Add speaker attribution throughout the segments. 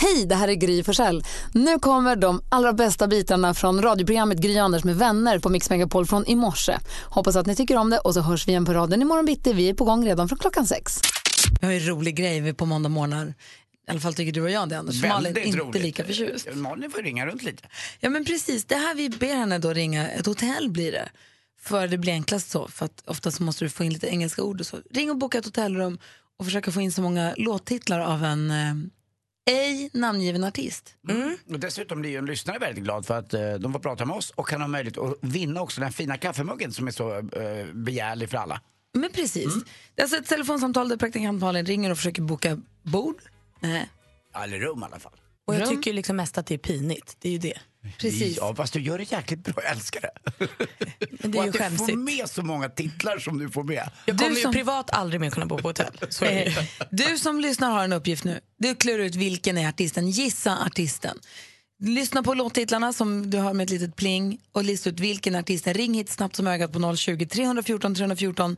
Speaker 1: Hej, det här är Gry Forssell. Nu kommer de allra bästa bitarna från radioprogrammet Gry Anders med vänner på Mix Megapol från i morse. Hoppas att ni tycker om det och så hörs vi igen på raden imorgon bitti. Vi är på gång redan från klockan sex. Vi har ju en rolig grej på måndag morgnar. I alla fall tycker du och jag det, Anders. Malin är inte lika förtjust.
Speaker 2: Eh, Malin får ringa runt lite.
Speaker 1: Ja, men precis. Det här vi ber henne då ringa, ett hotell blir det. För det blir enklast så, för att oftast måste du få in lite engelska ord och så. Ring och boka ett hotellrum och försöka få in så många låttitlar av en eh, ej namngiven artist.
Speaker 2: Och dessutom blir ju en lyssnare väldigt glad för att eh, de får prata med oss och kan ha möjlighet att vinna också den fina kaffemuggen som är så eh, begärlig för alla.
Speaker 1: Men precis. Det är alltså ett telefonsamtal där praktikant Malin ringer och försöker boka bord. Nej,
Speaker 2: Eller rum i alla fall.
Speaker 3: Och jag
Speaker 1: Rum.
Speaker 3: tycker ju liksom mest att det är pinigt. Det är ju det.
Speaker 1: precis.
Speaker 2: Ja, fast du gör det jäkligt bra, jag älskar det.
Speaker 3: Men det är
Speaker 2: och
Speaker 3: ju
Speaker 2: att du får
Speaker 3: skämsigt.
Speaker 2: med så många titlar som du får med.
Speaker 3: Jag kommer
Speaker 1: som-
Speaker 3: ju privat aldrig mer kunna bo på hotell. Så är det. ju.
Speaker 1: Eh, Du som lyssnar har en uppgift nu. Du klurar ut vilken är artisten. Gissa artisten. Lyssna på låttitlarna som du hör med ett litet pling och lista ut vilken artist. Ring hit snabbt som ögat på 020 314 314.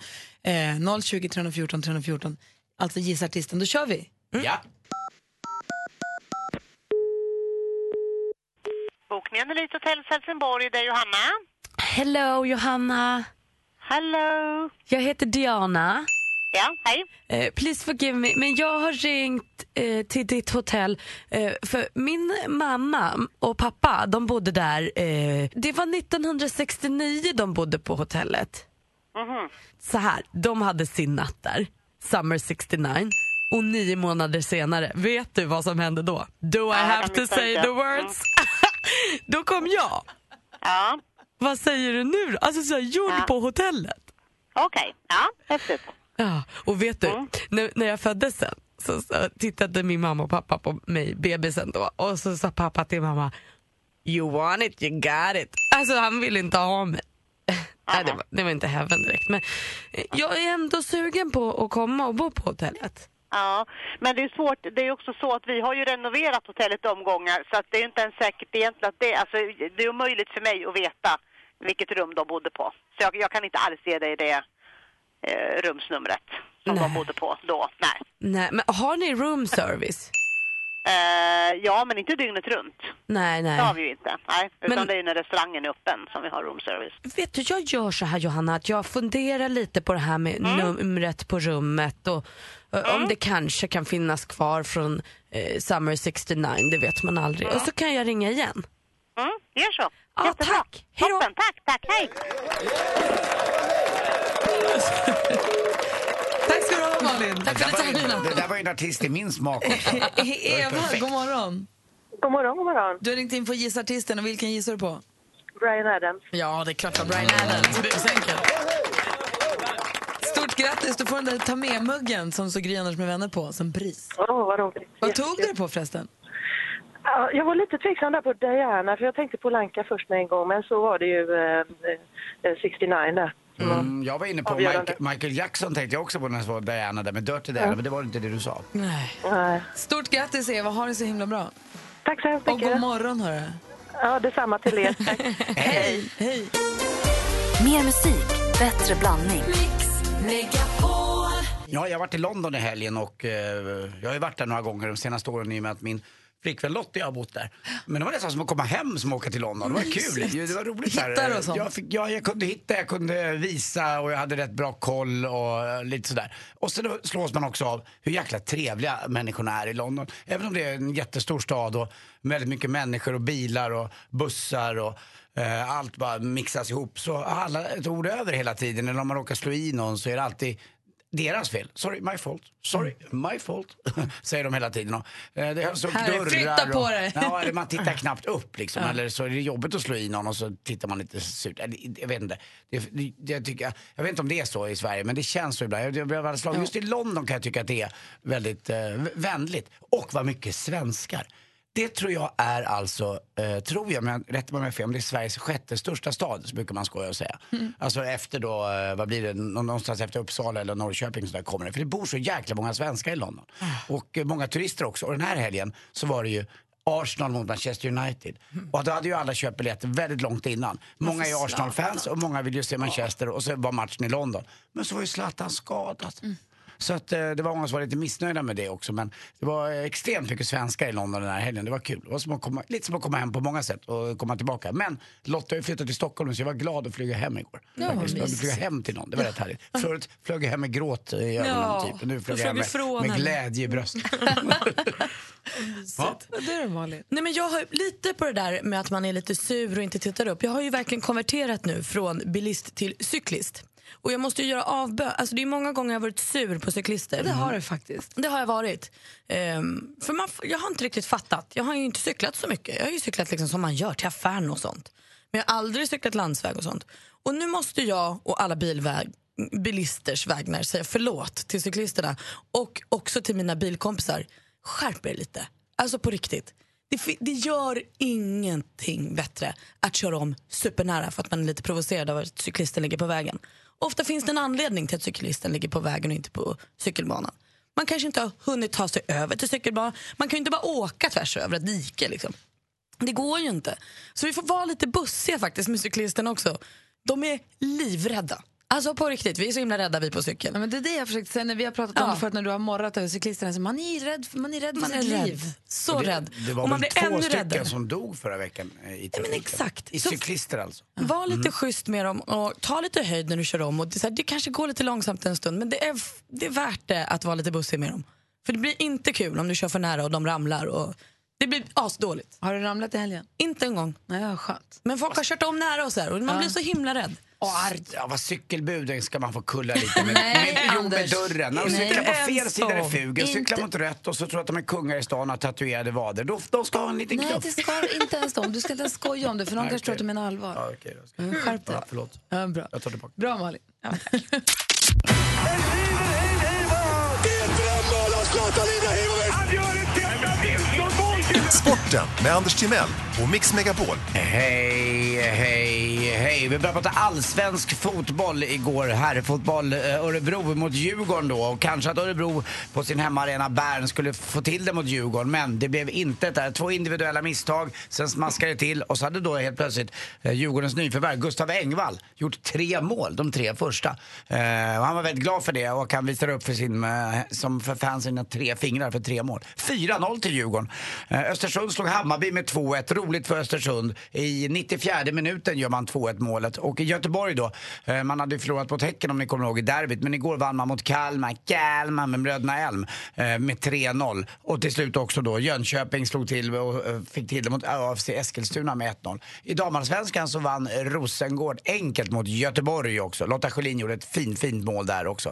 Speaker 1: Eh, 020 314 314. Alltså gissa artisten. Då kör vi.
Speaker 2: Ja.
Speaker 4: Bokningen Elite Hotels Helsingborg, det är Johanna.
Speaker 5: Hello Johanna.
Speaker 4: Hello!
Speaker 5: Jag heter Diana.
Speaker 4: Ja, hej.
Speaker 5: Eh, please forgive me, men jag har ringt eh, till ditt hotell eh, för min mamma och pappa, de bodde där. Eh, det var 1969 de bodde på hotellet.
Speaker 4: Mm-hmm.
Speaker 5: Så här, de hade sin natt där, Summer 69. Och nio månader senare, vet du vad som hände då? Do I
Speaker 4: jag Mm.
Speaker 5: have
Speaker 4: kan
Speaker 5: to say
Speaker 4: misstänka.
Speaker 5: the words? då kom jag.
Speaker 4: Ja,
Speaker 5: Vad säger du nu då? Alltså så här, gjord
Speaker 4: Ja.
Speaker 5: på hotellet.
Speaker 4: okej. Ja, häftigt.
Speaker 5: Ja, och vet du, när, när jag föddes sen så, så tittade min mamma och pappa på mig, bebisen då, och så sa pappa till mamma You want it, you got it. Alltså han ville inte ha mig. Nej, det, var, det var inte heaven direkt. Men eh, jag är ändå sugen på att komma och bo på hotellet.
Speaker 4: Ja, men det är svårt. Det är också så att vi har ju renoverat hotellet omgångar så att det är inte ens säkert egentligen att det... Alltså, det är omöjligt för mig att veta vilket rum de bodde på. Så jag, jag kan inte alls ge dig det eh, rumsnumret som
Speaker 5: Nej.
Speaker 4: de bodde på då. Nej.
Speaker 5: Nej, men har ni room service?
Speaker 4: Eh, ja, men inte dygnet runt.
Speaker 5: Nej,
Speaker 4: Det har
Speaker 5: nej.
Speaker 4: vi ju inte. Nej, utan
Speaker 5: Men-
Speaker 4: det är ju när restaurangen är öppen som vi har roomservice.
Speaker 5: Vet du, jag gör så här Johanna, att jag funderar lite på det här med numret på rummet och eh, om det kanske kan finnas kvar från eh, Summer 69, det vet man aldrig. Och så kan jag ringa igen.
Speaker 4: Mm, gör så.
Speaker 5: Ja,
Speaker 4: Jättebra.
Speaker 5: tack. Hej då.
Speaker 4: Toppen, tack, tack. Hej.
Speaker 1: Tack ska du ha Malin. Tack för
Speaker 2: Det, var ju, det
Speaker 1: detaljerna.
Speaker 2: där var ju en artist i min smak också.
Speaker 1: Eva,
Speaker 2: perfekt.
Speaker 1: god morgon.
Speaker 6: God morgon, god morgon.
Speaker 1: Du har ringt in för att gissa artisten och vilken gissar du på?
Speaker 6: Brian Adams.
Speaker 1: Ja, det är klart att Brian Adams. Busenkelt. Stort grattis, du får den där ta med-muggen som så Gry Anders med vänner på som pris.
Speaker 6: Åh, vad roligt.
Speaker 1: Vad tog du det på förresten?
Speaker 6: Ja, Jag var lite tveksam där på Diana, för jag tänkte på Lanka först med en gång, men så var det ju eh, eh, 69 där.
Speaker 2: Mm, jag var inne på
Speaker 6: Avgörande.
Speaker 2: Mike, Michael Jackson tänkte jag också på när jag var Diana där med Dirty Diana, men det var inte det du sa.
Speaker 6: Nej.
Speaker 1: Stort grattis Eva, ha det så himla bra.
Speaker 6: Tack så hemskt
Speaker 1: Och god
Speaker 6: mycket.
Speaker 1: morgon hörru.
Speaker 6: Ja, detsamma till er. Tack.
Speaker 1: Hej! Hej!
Speaker 7: Mer musik, bättre blandning.
Speaker 2: Ja, jag har varit i London i helgen och eh, jag har ju varit där några gånger de senaste åren i och med att min flickvän Lottie har bott där. Men det var nästan som att komma hem som att åka till London. Det var kul. Det var roligt
Speaker 1: Hittar du
Speaker 2: där.
Speaker 1: och sånt?
Speaker 2: Jag, fick, ja, jag kunde hitta, jag kunde visa och jag hade rätt bra koll och eh, lite sådär. Och sen då slås man också av hur jäkla trevliga människorna är i London. Även om det är en jättestor stad och väldigt mycket människor och bilar och bussar och eh, allt bara mixas ihop så har alla ett ord över hela tiden. Eller om man råkar slå i någon så är det alltid deras fel. Sorry, my fault. Sorry,
Speaker 1: Mm.
Speaker 2: my fault. Säger de hela tiden. Och, eh, det är så
Speaker 1: Här,
Speaker 2: dörrar
Speaker 1: flytta på
Speaker 2: och,
Speaker 1: dig.
Speaker 2: Ja, eller man tittar knappt upp liksom. Eller så är det jobbigt att slå i någon och så tittar man lite surt. Eller, Jag vet inte. Det, det, jag, tycker, jag vet inte om det är så i Sverige, men det känns så ibland. Jag, jag, jag, slag. Just i London kan jag tycka att det är väldigt eh, v- vänligt. Och vad mycket svenskar. Det tror jag är alltså, eh, tror jag, men rätta mig om jag har fel, om det är Sveriges sjätte största stad, så brukar man skoja och säga. Alltså efter då, eh, vad blir det, Nå- någonstans efter Uppsala eller Norrköping så där kommer det. För det bor så jäkla många svenskar i London. Och eh, många turister också. Och den här helgen så var det ju Arsenal mot Manchester United. Och då hade ju alla köpt biljetter väldigt långt innan. Många är
Speaker 8: Mm.
Speaker 2: Arsenal-fans och många vill ju se Manchester och så var matchen i London. Men så var ju Zlatan skadad. Så att, eh, det var många som var lite missnöjda med det också. Men det var eh, extremt mycket svenskar i London den här helgen. Det var kul. Det var som att komma, lite som att komma hem på många sätt och komma tillbaka. Men Lotta har ju flyttat till Stockholm så jag var glad att flyga hem igår.
Speaker 8: Ja,
Speaker 2: Faktiskt. jag
Speaker 8: mysigt.
Speaker 2: ville flyga hem till någon. Det var rätt härligt. Förut flög jag hem med gråt i ögonen
Speaker 8: Ja,
Speaker 2: typ. Och Nu flög
Speaker 8: du
Speaker 2: jag hem
Speaker 8: flög ifrån
Speaker 2: med, med
Speaker 8: henne.
Speaker 2: glädje i bröstet. ja.
Speaker 8: Det är Malin.
Speaker 5: Nej, men jag har ju lite på det där med att man är lite sur och inte tittar upp. Jag har ju verkligen konverterat nu från bilist till cyklist. Och jag måste ju göra avbön. Alltså det är många gånger jag har varit sur på cyklister.
Speaker 8: Det har du faktiskt.
Speaker 5: Det har jag varit. Ehm, för man, f- jag har inte riktigt fattat. Jag har ju inte cyklat så mycket. Jag har ju cyklat liksom som man gör till affären och sånt. Men jag har aldrig cyklat landsväg och sånt. Och nu måste jag och alla bilväg, bilisters vägnar säga förlåt till cyklisterna och också till mina bilkompisar. Skärp er lite. Alltså på riktigt. Det, fi- det gör ingenting bättre att köra om supernära för att man är lite provocerad av att cyklisten ligger på vägen. Ofta finns det en anledning till att cyklisten ligger på vägen och inte på cykelbanan. Man kanske inte har hunnit ta sig över till cykelbanan. Man kan ju inte bara åka tvärs över ett dike. Liksom. Det går ju inte. Så vi får vara lite bussiga faktiskt med cyklisterna också. De är livrädda. Alltså på riktigt, vi är så himla rädda vi på
Speaker 8: Ja,
Speaker 5: cykeln.
Speaker 8: men det är det jag försökte säga när vi har pratat om
Speaker 5: Ja.
Speaker 8: det förut när du har morrat över cyklisterna. Så man är ju rädd, för- man är rädd för
Speaker 5: Man är
Speaker 8: sitt
Speaker 5: rädd.
Speaker 8: liv.
Speaker 5: Så rädd.
Speaker 2: Det var
Speaker 5: Och man
Speaker 2: väl
Speaker 5: blir
Speaker 2: två
Speaker 5: ännu
Speaker 2: stycken
Speaker 5: räddare.
Speaker 2: som dog förra veckan eh, i trafiken.
Speaker 5: exakt.
Speaker 2: I
Speaker 5: Så-
Speaker 2: cyklister alltså.
Speaker 5: Var lite schysst med dem och ta lite höjd när du kör om. Och det, är så här, det kanske går lite långsamt en stund men det är, f- det är värt det att vara lite bussig med dem. För det blir inte kul om du kör för nära och de ramlar. Och det blir asdåligt.
Speaker 8: Har du ramlat i helgen?
Speaker 5: Inte en gång.
Speaker 8: Nej, ja, skönt.
Speaker 5: Men folk har kört om nära oss här och man blir så himla rädd.
Speaker 2: Ja, vad cykelbuden ska man få kulla lite med. med, jo, med
Speaker 8: Anders.
Speaker 2: dörren. När de
Speaker 8: Nej,
Speaker 2: cyklar på
Speaker 5: inte
Speaker 2: fel
Speaker 5: ens
Speaker 2: sida är det
Speaker 5: så.
Speaker 2: fugen, cyklar mot rött och så tror att de är kungar i stan och har tatuerade vader. Då, de ska ha en liten
Speaker 8: Nej,
Speaker 2: knuff.
Speaker 8: det ska du inte ens om. Du ska inte ens skoja om det för någon
Speaker 2: Nej,
Speaker 8: kanske tror att du
Speaker 2: okej.
Speaker 8: menar allvar.
Speaker 2: Ja, okej, då ska jag-
Speaker 8: Mm, skärp dig.
Speaker 2: Ja, förlåt.
Speaker 8: Ja, bra.
Speaker 2: Jag tar tillbaka.
Speaker 8: Bra Malin.
Speaker 9: Sporten med Anders Timell och Mix Megapol.
Speaker 2: Hej, hej, hej. Vi började prata allsvensk fotboll igår. Herrfotboll. eh, Örebro mot Djurgården då. Och kanske att Örebro på sin hemmaarena Bern skulle få till det mot Djurgården. Men det blev inte där. Två individuella misstag. Sen smaskade det till. Och så hade då helt plötsligt eh, Djurgårdens nyförvärv Gustav Engvall gjort tre mål. De tre första. Eh, och han var väldigt glad för det och han visade upp för sin, eh, som för fansen, tre fingrar för tre mål. 4-0 till Djurgården. Eh, Östersund slog Hammarby med 2-1. Roligt för Östersund. I 94 minuten gör man 2-1 målet. Och i Göteborg då, eh, man hade ju förlorat mot Häcken om ni kommer ihåg i derbyt, men igår vann man mot Kalmar, Kalmar med Bröderna Elm eh, med 3-0. Och till slut också då Jönköping slog till och eh, fick till det mot AFC Eskilstuna med 1-0. I damallsvenskan så vann Rosengård enkelt mot Göteborg också. Lotta Schelin gjorde ett fint, fint mål där också.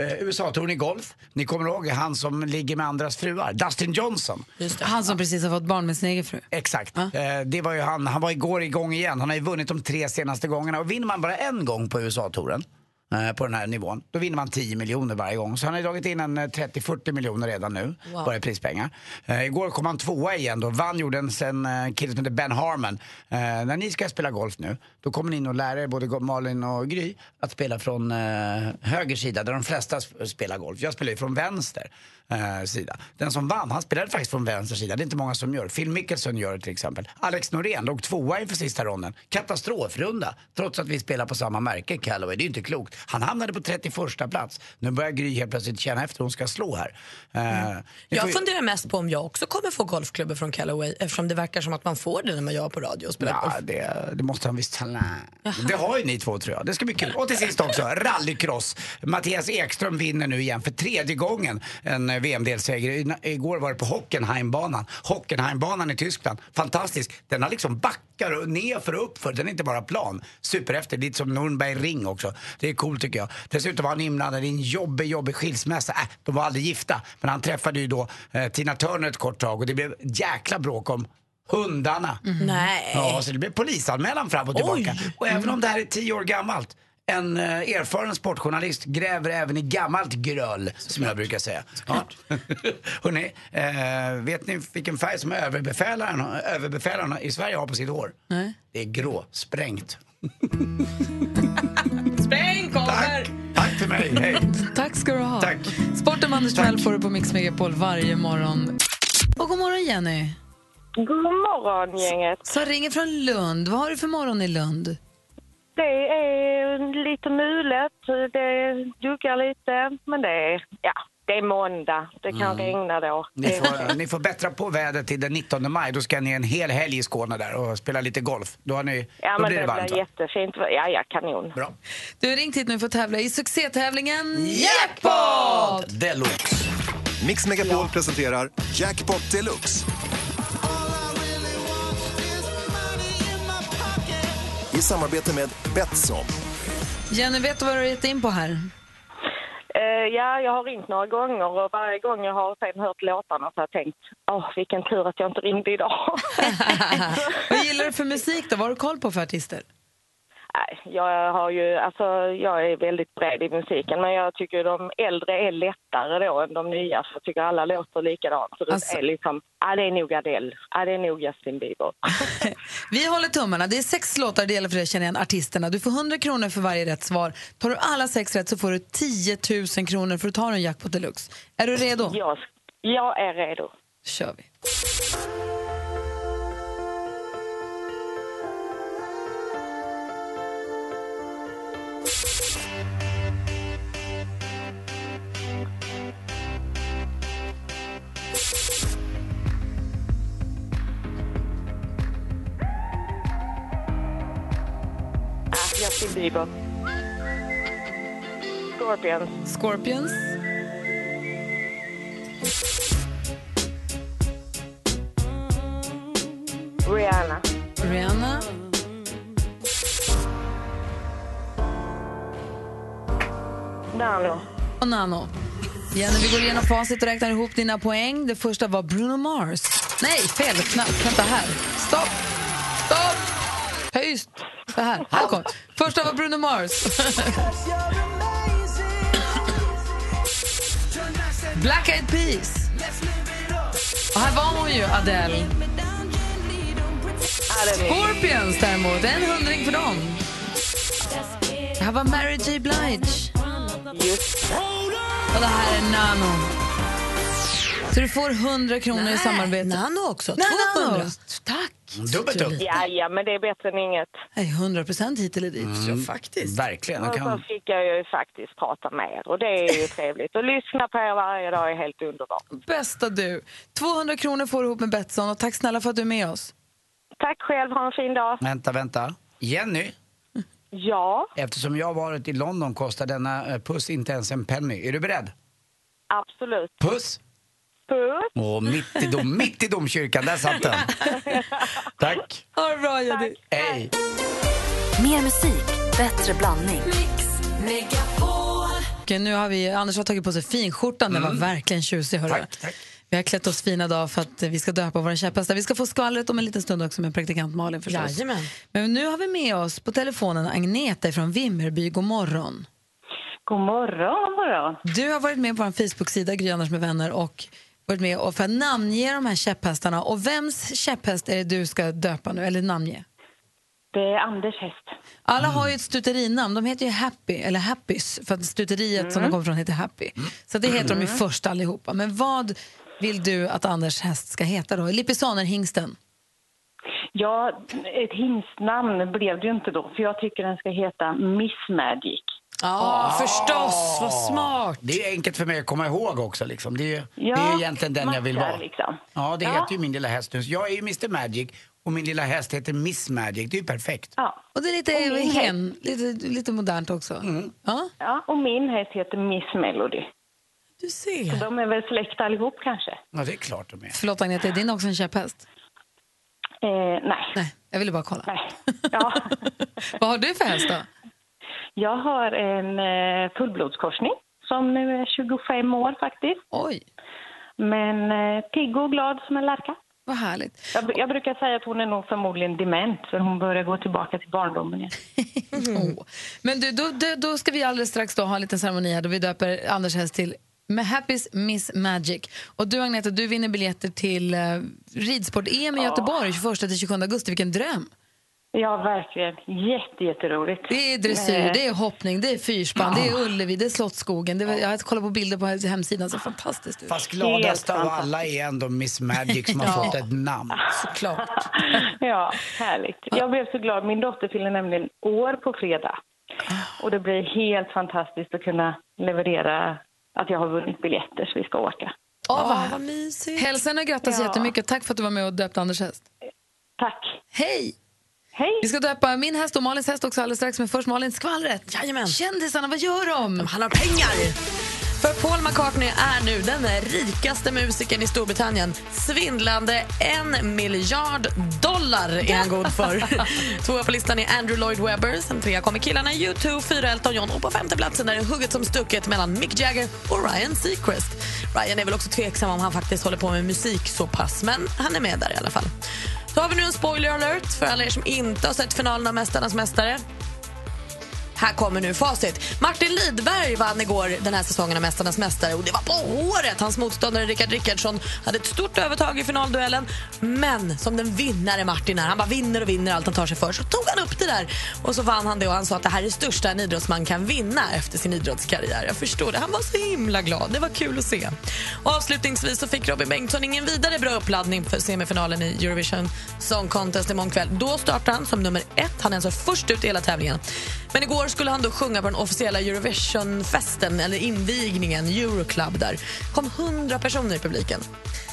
Speaker 2: Eh, USA-touren i golf, ni kommer ihåg han som ligger med andras fruar, Dustin Johnson.
Speaker 8: Han som precis har fått barn med sin egen fru.
Speaker 2: Exakt. Eh, det var ju han. Han var igår igång igen. Han har ju vunnit de tre senaste gångerna. Och vinner man bara en gång på USA-touren eh, på den här nivån, då vinner man 10 miljoner varje gång. Så han har ju dragit in en eh, 30-40 miljoner redan nu, bara i prispengar. Eh, igår kom han tvåa igen då. Vann gjorde en sen eh, kille som heter Ben Harmon. Eh, när ni ska spela golf nu, då kommer ni in och lär er, både Malin och Gry, att spela från eh, höger sida, där de flesta sp- spelar golf. Jag spelar ju från vänster eh, sida. Den som vann, han spelade faktiskt från vänster sida. Det är inte många som gör. Phil Mickelson gör det till exempel. Alex Norén låg tvåa inför sista ronden. Katastrofrunda, trots att vi spelar på samma märke, Callaway. Det är ju inte klokt. Han hamnade på 31 plats. Nu börjar Gry helt plötsligt känna efter hon ska slå här. Eh, ni får
Speaker 5: Jag
Speaker 2: ju-
Speaker 5: funderar mest på om jag också kommer få golfklubbor från Callaway eftersom det verkar som att man får det när man gör på radio och spelar
Speaker 2: Ja,
Speaker 5: golf.
Speaker 2: det, det måste han visst ha. Det har ju ni två tror jag. Det ska bli kul. Och till sist också, rallycross. Mattias Ekström vinner nu igen för tredje gången en eh, VM-delseger. I- Igår var det på Hockenheimbanan. Hockenheimbanan i Tyskland. Fantastisk. Den har liksom backar och nerför och uppför. Den är inte bara plan. Superhäftig. Lite som Nürnberg Ring också. Det är coolt tycker jag. Dessutom var han inblandad i en jobbig, jobbig skilsmässa. Äh, de var aldrig gifta. Men han träffade ju då eh, Tina Turner ett kort tag och det blev jäkla bråk om hundarna.
Speaker 5: Nej.
Speaker 2: Ja, så det blev polisanmälan fram och tillbaka. Och även om det här är tio år gammalt, en eh, erfaren sportjournalist gräver även i gammalt gröl, som jag brukar säga. Ja. Hörrni, eh, vet ni vilken färg som överbefälaren, överbefälaren i Sverige har på sitt hår? Nej. Det är grå, sprängt.
Speaker 8: Spräng
Speaker 2: Tack! Tack för mig, hej!
Speaker 8: Tack ska du ha.
Speaker 2: Tack.
Speaker 8: Sporten med Anders Timell får du på Mix Megapol varje morgon. Och god morgon Jenny,
Speaker 10: God morgon, gänget.
Speaker 8: som ringer från Lund. Vad har du för morgon i Lund?
Speaker 10: Det är eh, lite mulet, det duggar lite, men det är, ja, det är måndag. Det kan regna då.
Speaker 2: Mm. Ni
Speaker 10: Det är okej.
Speaker 2: får, ni får bättra på vädret till den 19 maj. Då ska ni en hel helg i Skåne där och spela lite golf. Då, har ni,
Speaker 10: Ja,
Speaker 2: då
Speaker 10: men
Speaker 2: blir det
Speaker 10: det
Speaker 2: varmt
Speaker 10: blir
Speaker 2: va?
Speaker 10: jättefint. Ja, ja, kanon.
Speaker 2: Bra.
Speaker 1: Du har ringt hit nu för att tävla i succétävlingen
Speaker 2: Jackpot! Deluxe.
Speaker 9: Mix Megapol presenterar Jackpot Deluxe. I samarbete med Betsson.
Speaker 1: Jenny, vet du vad du har gett in på här?
Speaker 10: Eh, ja, jag har ringt några gånger och varje gång jag har sen hört låtarna så har jag tänkt, åh vilken tur att jag inte ringde idag.
Speaker 1: Vad gillar du för musik då? Vad har du koll på för artister?
Speaker 10: Nej, jag har ju, alltså jag är väldigt bred i musiken men jag tycker de äldre är lättare då än de nya för jag tycker alla låter likadant. Så
Speaker 1: Alltså-
Speaker 10: det är liksom, ja det är nog Adele, ja det är nog Justin Bieber.
Speaker 1: Vi håller tummarna. Det är sex låtar det gäller för dig att känna igen artisterna. Du får 100 kronor för varje rätt svar. Tar du alla sex rätt så får du 10 000 kronor för att ta en jackpot deluxe. Är du redo?
Speaker 10: Jag, sk- jag är redo.
Speaker 1: kör vi.
Speaker 10: Ja, Ah, Justin Bieber. Scorpions.
Speaker 1: Scorpions.
Speaker 10: Rihanna.
Speaker 1: Rihanna.
Speaker 10: Nano. Ah,
Speaker 1: och Nano. Jenny, vi går igenom facit och räknar ihop dina poäng. Det första var Bruno Mars. Nej, fel knapp. Vänta här. Stopp! Stopp! Höjst! Så här. Här kom. Första var Bruno Mars. Black Eyed Peas. Och här var hon ju, Adele. Scorpions däremot, en hundring för dem. Här var Mary J Blige. Och det här är Nano. Så du får 100 kronor i samarbete.
Speaker 5: Nano också,
Speaker 1: Nej,
Speaker 5: 200.
Speaker 1: Nano. Tack!
Speaker 2: Dubbelt upp.
Speaker 10: Ja, ja, men det är bättre än inget.
Speaker 1: Nej, 100 procent hit eller dit.
Speaker 5: Faktiskt.
Speaker 2: Verkligen. Jag
Speaker 10: Och så
Speaker 2: kan...
Speaker 10: fick jag ju faktiskt prata med er och det är ju trevligt. Och lyssna på er varje dag är helt underbart.
Speaker 1: Bästa du! 200 kronor får du ihop med Betsson och tack snälla för att du är med oss.
Speaker 10: Tack själv, ha en fin dag.
Speaker 2: Vänta, vänta. Jenny,
Speaker 10: Ja,
Speaker 2: eftersom jag har varit i London kostar denna eh, puss inte ens en penny. Är du beredd?
Speaker 10: absolut.
Speaker 2: Puss!
Speaker 10: Puss,
Speaker 2: Och mitt i, dom, mitt i domkyrkan, där satt den. Tack.
Speaker 1: Ha det bra, Jenny.
Speaker 2: Hej.
Speaker 7: Mer musik, bättre blandning.
Speaker 1: Okej, nu har vi, Anders har tagit på sig finskjortan. Den var verkligen tjusig. Hörru.
Speaker 2: Mm. Tack, tack.
Speaker 1: Vi har klätt oss fina idag för att eh, vi ska döpa våra käpphästar. Vi ska få skvallret om en liten stund också med praktikant Malin förstås.
Speaker 5: Jajamän.
Speaker 1: Men nu har vi med oss på telefonen Agneta från Vimmerby. God morgon.
Speaker 6: God morgon, god morgon.
Speaker 1: Du har varit med på vår Facebook-sida Gry Anders med vänner och varit med och för att namnge de här käpphästarna. Och vems käpphäst är det du ska döpa nu, eller namnge?
Speaker 6: Det är Anders häst.
Speaker 1: Alla har ju ett stuterinamn. De heter ju Happy, eller Happys, för att stuteriet som de kommer från heter Happy. Så det heter de ju först allihopa. Men vad vill du att Anders häst ska heta då? Lippisanerhingsten?
Speaker 6: Ja, ett hingstnamn blev det ju inte då, för jag tycker den ska heta Miss Magic.
Speaker 5: Ja, förstås. Vad smart.
Speaker 2: Det är ju enkelt för mig att komma ihåg också. Liksom. Det, är ju,
Speaker 6: Ja,
Speaker 2: det är ju egentligen den jag vill
Speaker 6: matchar
Speaker 2: vara.
Speaker 6: liksom.
Speaker 2: Ja, det
Speaker 6: Ja.
Speaker 2: heter ju min lilla häst nu. Så Jag är ju Mr Magic och min lilla häst heter Miss Magic. Det är ju perfekt.
Speaker 6: Ja,
Speaker 1: Och det är lite hen, lite, lite modernt också. Ja,
Speaker 6: ja, och min häst heter Miss Melody.
Speaker 5: Du ser.
Speaker 6: De är väl släkt allihop kanske?
Speaker 2: Ja, det är klart de är.
Speaker 1: förlåt Agneta, är din också en käpphäst?
Speaker 6: Eh, nej.
Speaker 1: Nej, jag ville bara kolla.
Speaker 6: nej. Ja.
Speaker 1: vad har du för häst då?
Speaker 6: Jag har en eh, fullblodskorsning som nu är 25 år faktiskt.
Speaker 1: Oj,
Speaker 6: Men eh, pigg och glad som en lärka.
Speaker 1: vad härligt.
Speaker 6: Jag, jag brukar säga att hon är nog förmodligen dement, för hon börjar gå tillbaka till barndomen igen.
Speaker 5: Mm-hmm.
Speaker 1: Åh. Men du, då, då, då ska vi alldeles strax då ha en liten ceremoni här då vi döper Anders häst till med Happys Miss Magic. Och du Agneta, du vinner biljetter till eh, ridsport-EM i Göteborg 21-27 augusti. Vilken dröm!
Speaker 6: Ja, verkligen. Jätte, jätteroligt. Eh,
Speaker 1: Det är dressyr, det är hoppning, det är fyrspann, det är Ullevi, det är Slottsskogen. Det var, jag har kollat på bilder på hemsidan, så fantastiskt ut.
Speaker 2: Fast gladast av
Speaker 6: fantastiskt.
Speaker 2: alla är ändå Miss Magic som har fått ett namn.
Speaker 5: Såklart.
Speaker 6: Ja, härligt. Jag blev så glad. Min dotter fyller nämligen år på fredag. Och det blir helt fantastiskt att kunna leverera att jag har vunnit biljetter så vi ska åka.
Speaker 1: Åh, vad
Speaker 5: vad mysigt.
Speaker 1: Hälsa henne och grattas jättemycket. Tack för att du var med och döpte Anders häst.
Speaker 6: Tack!
Speaker 1: Hej!
Speaker 6: Hej!
Speaker 1: Vi ska döpa min häst och Malins häst också alldeles strax, men först Malin, skvallret.
Speaker 5: Jajamän.
Speaker 1: Kändisarna, vad gör de?
Speaker 5: De handlar om pengar. För Paul McCartney är nu den rikaste musikern i Storbritannien. Svindlande en miljard dollar är han god för. Tvåa på listan är Andrew Lloyd Webber. Sen trea kommer killarna U2, fyra Elton John och på femte platsen är det hugget som stucket mellan Mick Jagger och Ryan Seacrest. Ryan är väl också tveksam om han faktiskt håller på med musik så pass, men han är med där i alla fall. Så har vi nu en spoiler alert för alla er som inte har sett finalen av Mästarnas mästare. Här kommer nu facit. Martin Lidberg vann igår den här säsongen av Mästarnas mästare och det var på håret. Hans motståndare Rickard Rickardsson hade ett stort övertag i finalduellen. Men som den vinnare Martin är, han bara vinner och vinner allt han tar sig för, så tog han upp det där. Och så vann han det och han sa att det här är det största en idrottsman kan vinna efter sin idrottskarriär. Jag förstår det. Han var så himla glad. Det var kul att se. Och avslutningsvis så fick Robin Bengtsson ingen vidare bra uppladdning för semifinalen i Eurovision Song Contest imorgon kväll. Då startar han som nummer ett. Han är alltså först ut i hela tävlingen. Men igår skulle han då sjunga på den officiella Eurovisionfesten, eller invigningen, Euroclub där. kom hundra personer i publiken.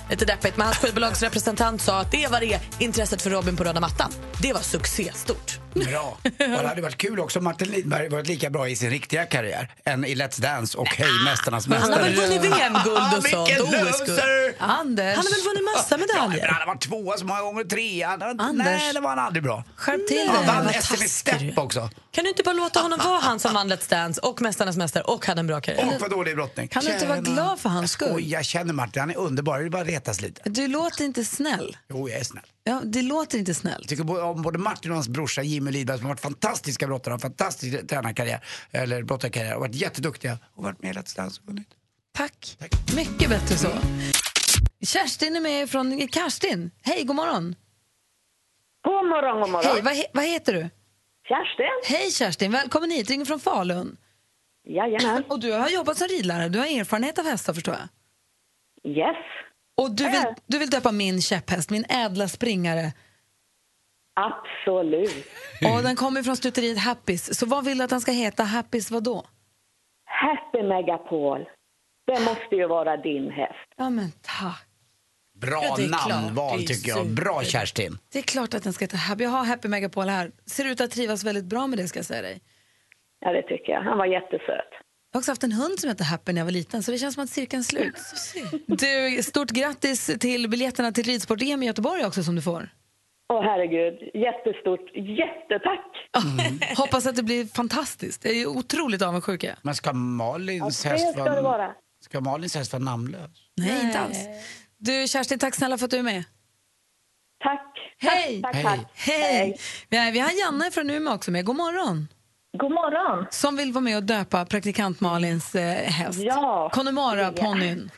Speaker 5: Lite deppigt, men hans skivbolagsrepresentant sa att det var det intresset för Robin på röda mattan. Det var succéstort.
Speaker 2: Bra. Och det hade varit kul också om Martin Lidberg varit lika bra i sin riktiga karriär än i Let's Dance och Hej Mästarnas Mästare.
Speaker 5: Han har väl vunnit VM-guld och sånt.
Speaker 2: Vilken
Speaker 5: och OS-guld.
Speaker 2: loser!
Speaker 1: Anders,
Speaker 5: Han har väl vunnit massa
Speaker 2: Ja, men
Speaker 5: medaljer?
Speaker 2: han har varit tvåa så många gånger, trea. Han har-
Speaker 1: Anders.
Speaker 2: Nej, det var han aldrig bra.
Speaker 1: skärp till
Speaker 2: Han
Speaker 1: dig.
Speaker 2: vann
Speaker 5: vad
Speaker 2: SM i
Speaker 5: taskig du
Speaker 2: step
Speaker 5: är.
Speaker 2: också.
Speaker 5: Kan du inte bara låta honom vara han som vann Let's Dance och Mästarnas mästare och hade en bra karriär?
Speaker 2: Och vad dålig brottning.
Speaker 1: Kan du inte vara
Speaker 2: Tjena.
Speaker 1: glad för hans skull?
Speaker 2: Oj, jag känner Martin. Han är underbar. Det är bara att retas lite.
Speaker 1: Du låter inte snäll.
Speaker 2: Jo, jag är snäll.
Speaker 1: Ja, det låter inte snällt.
Speaker 2: Jag tycker bo- om både Martin och hans brorsa Jimmy Lidberg som har varit fantastiska brottare, har fantastisk tränarkarriär, eller brottarkarriär, och varit jätteduktiga och varit med i Let's Dance och vunnit.
Speaker 1: Tack. Mycket bättre så. Kerstin är med från Kerstin. Hej, god morgon.
Speaker 10: God morgon, god morgon.
Speaker 1: Hej, vad, he- vad heter du?
Speaker 10: Kerstin?
Speaker 1: Hej Kerstin, välkommen hit. Ringer från Falun.
Speaker 10: Jajamän.
Speaker 1: Och du har jobbat som ridlärare, du har erfarenhet av hästar förstår jag.
Speaker 10: Yes.
Speaker 1: Och du vill, du vill döpa min käpphäst, min ädla springare.
Speaker 10: Absolut.
Speaker 1: Och den kommer från stuteriet Happis. Så vad vill du att den ska heta? Happis vad då?
Speaker 10: Happy Megapol. Det måste ju vara din häst.
Speaker 1: Ja men tack.
Speaker 2: Bra
Speaker 5: Ja, det är klart.
Speaker 2: namnval
Speaker 5: Det är
Speaker 2: tycker jag. Bra Kerstin.
Speaker 1: Det är klart att den ska heta Happy. Jag har Happy Megapol här. Ser ut att trivas väldigt bra med det ska jag säga dig.
Speaker 10: Ja, det tycker jag. Han var jättesöt.
Speaker 1: Jag har också haft en hund som hette Happy när jag var liten så det känns som att cirkeln är slut. Du, stort grattis till biljetterna till ridsport-EM i Göteborg också som du får.
Speaker 10: Åh herregud, jättestort, jättetack!
Speaker 1: Hoppas att det blir fantastiskt. Jag är otroligt avundsjuk. jag.
Speaker 2: Men ska Malins
Speaker 10: Ja, det
Speaker 2: häst
Speaker 10: ska det vara.
Speaker 2: Ska Malins häst vara namnlös?
Speaker 1: Nej, inte alls. Du, Kerstin, tack snälla för att du är med.
Speaker 10: Tack!
Speaker 1: Hej!
Speaker 10: Tack, tack, tack.
Speaker 1: Hej! Nej, vi har Janne från Umeå också med. God morgon!
Speaker 6: God morgon!
Speaker 1: Som vill vara med och döpa praktikant Malins eh, häst.
Speaker 6: Ja.
Speaker 1: Connemara-ponnyn.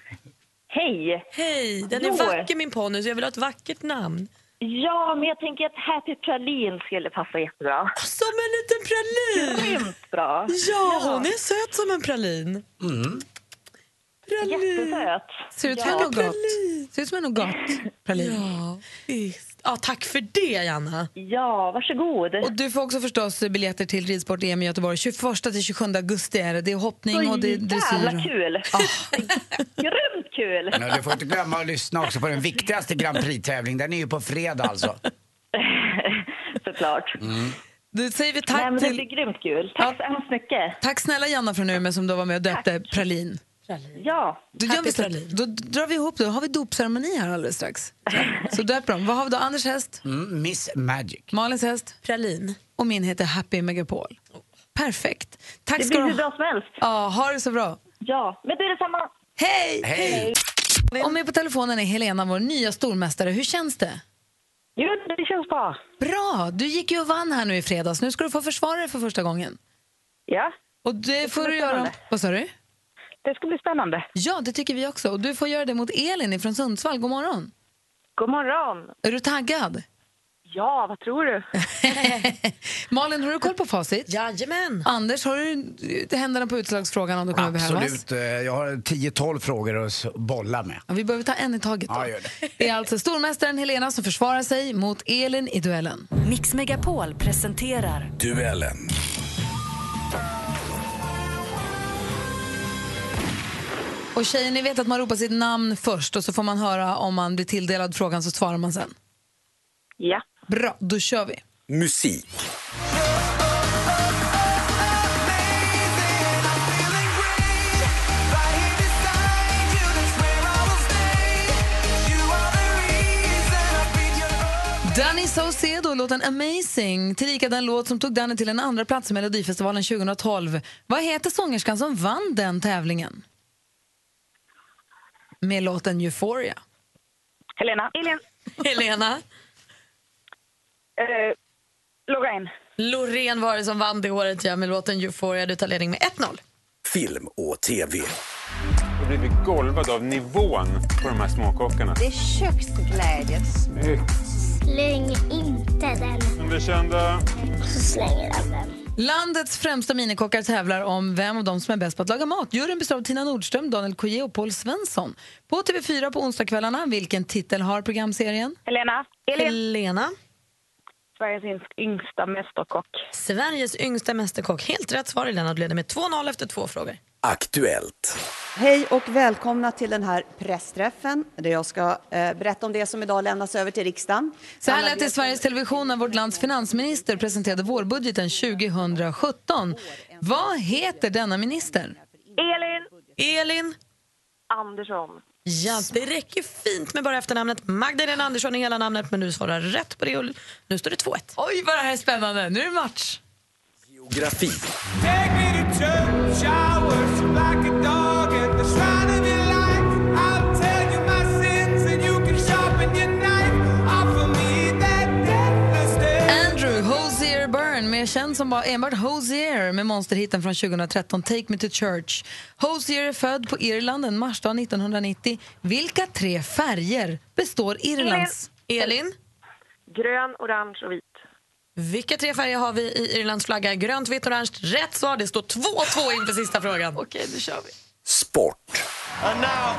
Speaker 6: Hej!
Speaker 5: Hej, den är
Speaker 6: Jo.
Speaker 5: vacker min ponny så jag vill ha ett vackert namn.
Speaker 6: Ja, men jag tänker att Happy Pralin skulle passa jättebra.
Speaker 5: Som en liten pralin!
Speaker 6: Grymt bra!
Speaker 5: Ja, hon är söt som en pralin. Pralin.
Speaker 6: Jättesöt.
Speaker 1: Ser ut som något gott. Ser ut som något gott, Pralin.
Speaker 5: Ja, visst. Ja, tack för det, Janna.
Speaker 6: Ja, varsågod.
Speaker 1: Och du får också förstås biljetter till ridsport-EM i Göteborg. 21-27 augusti är det. Det är hoppning och det är
Speaker 6: jävla
Speaker 1: dressyr. Ah.
Speaker 6: kul! Grymt kul!
Speaker 2: Men du får inte glömma att lyssna också på den viktigaste Grand Prix-tävlingen. Den är ju på fredag alltså.
Speaker 6: Såklart.
Speaker 1: Då säger vi
Speaker 6: Nej, men
Speaker 1: tack
Speaker 6: det blir
Speaker 1: till...
Speaker 6: grymt kul. Tack så hemskt mycket.
Speaker 1: Tack snälla Janna från Umeå som då var med och döpte Pralin.
Speaker 6: Ja,
Speaker 1: Då, gör vi så, här. då drar vi ihop det. Då har vi dopceremoni här alldeles strax. Så döper de. Vad har vi då? Anders häst,
Speaker 2: Mm, Miss Magic.
Speaker 1: Malins häst
Speaker 5: Pralin.
Speaker 1: och min heter Happy Megapol. Perfekt. Tack
Speaker 6: det
Speaker 1: ska
Speaker 6: blir hur
Speaker 1: du ha.
Speaker 6: bra som helst.
Speaker 1: Ja, ha det så bra.
Speaker 6: Ja, men du är detsamma.
Speaker 1: Hej!
Speaker 2: Hej!
Speaker 1: Och med på telefonen är Helena, vår nya stormästare. Hur känns det?
Speaker 6: Jo, det känns bra.
Speaker 1: Bra! Du gick ju och vann här nu i fredags. Nu ska du få försvara dig för första gången.
Speaker 6: Ja,
Speaker 1: Och det får du göra...
Speaker 6: spännande.
Speaker 1: Vad sa du?
Speaker 6: det ska bli spännande.
Speaker 1: Ja, det tycker vi också. Och du får göra det mot Elin från Sundsvall. God morgon!
Speaker 6: God morgon!
Speaker 1: Är du taggad?
Speaker 6: Ja, vad tror du?
Speaker 1: Malin, har du koll på facit?
Speaker 5: Jajamän.
Speaker 1: Anders, har du eh, händerna på utslagsfrågan om det kommer behövas?
Speaker 2: Absolut. eh, Jag har 10-12 frågor att s- bolla med.
Speaker 1: Ja, vi behöver ta en i taget. Då.
Speaker 2: Ja, gör det.
Speaker 1: det är alltså stormästaren Helena som försvarar sig mot Elin i duellen.
Speaker 7: Mix Megapol presenterar
Speaker 11: Duellen.
Speaker 1: Och tjejer, ni vet att man ropar sitt namn först och så får man höra om man blir tilldelad frågan så svarar man sen.
Speaker 6: Ja.
Speaker 1: Bra, då kör vi.
Speaker 11: Musik.
Speaker 1: Danny Saucedo, låten Amazing, tillika den låt som tog Danny till en andra plats i Melodifestivalen 2012. Vad heter sångerskan som vann den tävlingen? Med låten Euphoria.
Speaker 6: Helena. Elin.
Speaker 5: Helena,
Speaker 6: Eh, Lorraine.
Speaker 5: Loreen var det som vann det året ja, med låten Euphoria. Du tar ledning med 1-0.
Speaker 11: Film och tv.
Speaker 12: Jag har blivit golvad av nivån på de här småkockarna.
Speaker 13: Det är köksglädje. Släng inte den.
Speaker 12: Underkända.
Speaker 13: Så slänger den den.
Speaker 1: Landets främsta minikockar tävlar om vem av dem som är bäst på att laga mat. Juryn består av Tina Nordström, Daniel Coulier och Paul Svensson. På TV4 på onsdagskvällarna, vilken titel har programserien?
Speaker 6: Helena.
Speaker 5: Helena,
Speaker 6: Sveriges yng- yngsta mästerkock.
Speaker 5: Sveriges yngsta mästerkock. Helt rätt svar, Helena. Du leder med 2-0 efter två frågor.
Speaker 11: Aktuellt.
Speaker 14: Hej och välkomna till den här pressträffen där jag ska eh, berätta om det som idag lämnas över till riksdagen.
Speaker 1: Så här lät det i Sveriges Television när vårt lands finansminister presenterade vårbudgeten 2017. Vad heter denna minister?
Speaker 5: Elin! Elin!
Speaker 6: Andersson.
Speaker 5: Ja, det räcker fint med bara efternamnet. Magdalena Andersson är hela namnet, men du svarar rätt på det och nu står det 2-1.
Speaker 1: Oj, vad det här är spännande. Nu är det match.
Speaker 11: Geografi.
Speaker 1: Andrew Hosier Byrne, mer känd som bara enbart Hosier med monsterhitten från 2013 Take Me To Church. Hosier är född på Irland en marsdag 1990. Vilka tre färger består Irlands...
Speaker 5: Elin?
Speaker 6: Grön, orange och vit.
Speaker 5: Vilka tre färger har vi i Irlands flagga? Grönt, vitt, orange. Rätt svar. Det står 2-2 inför sista frågan. Okej, nu kör vi.
Speaker 11: Sport.
Speaker 15: And now,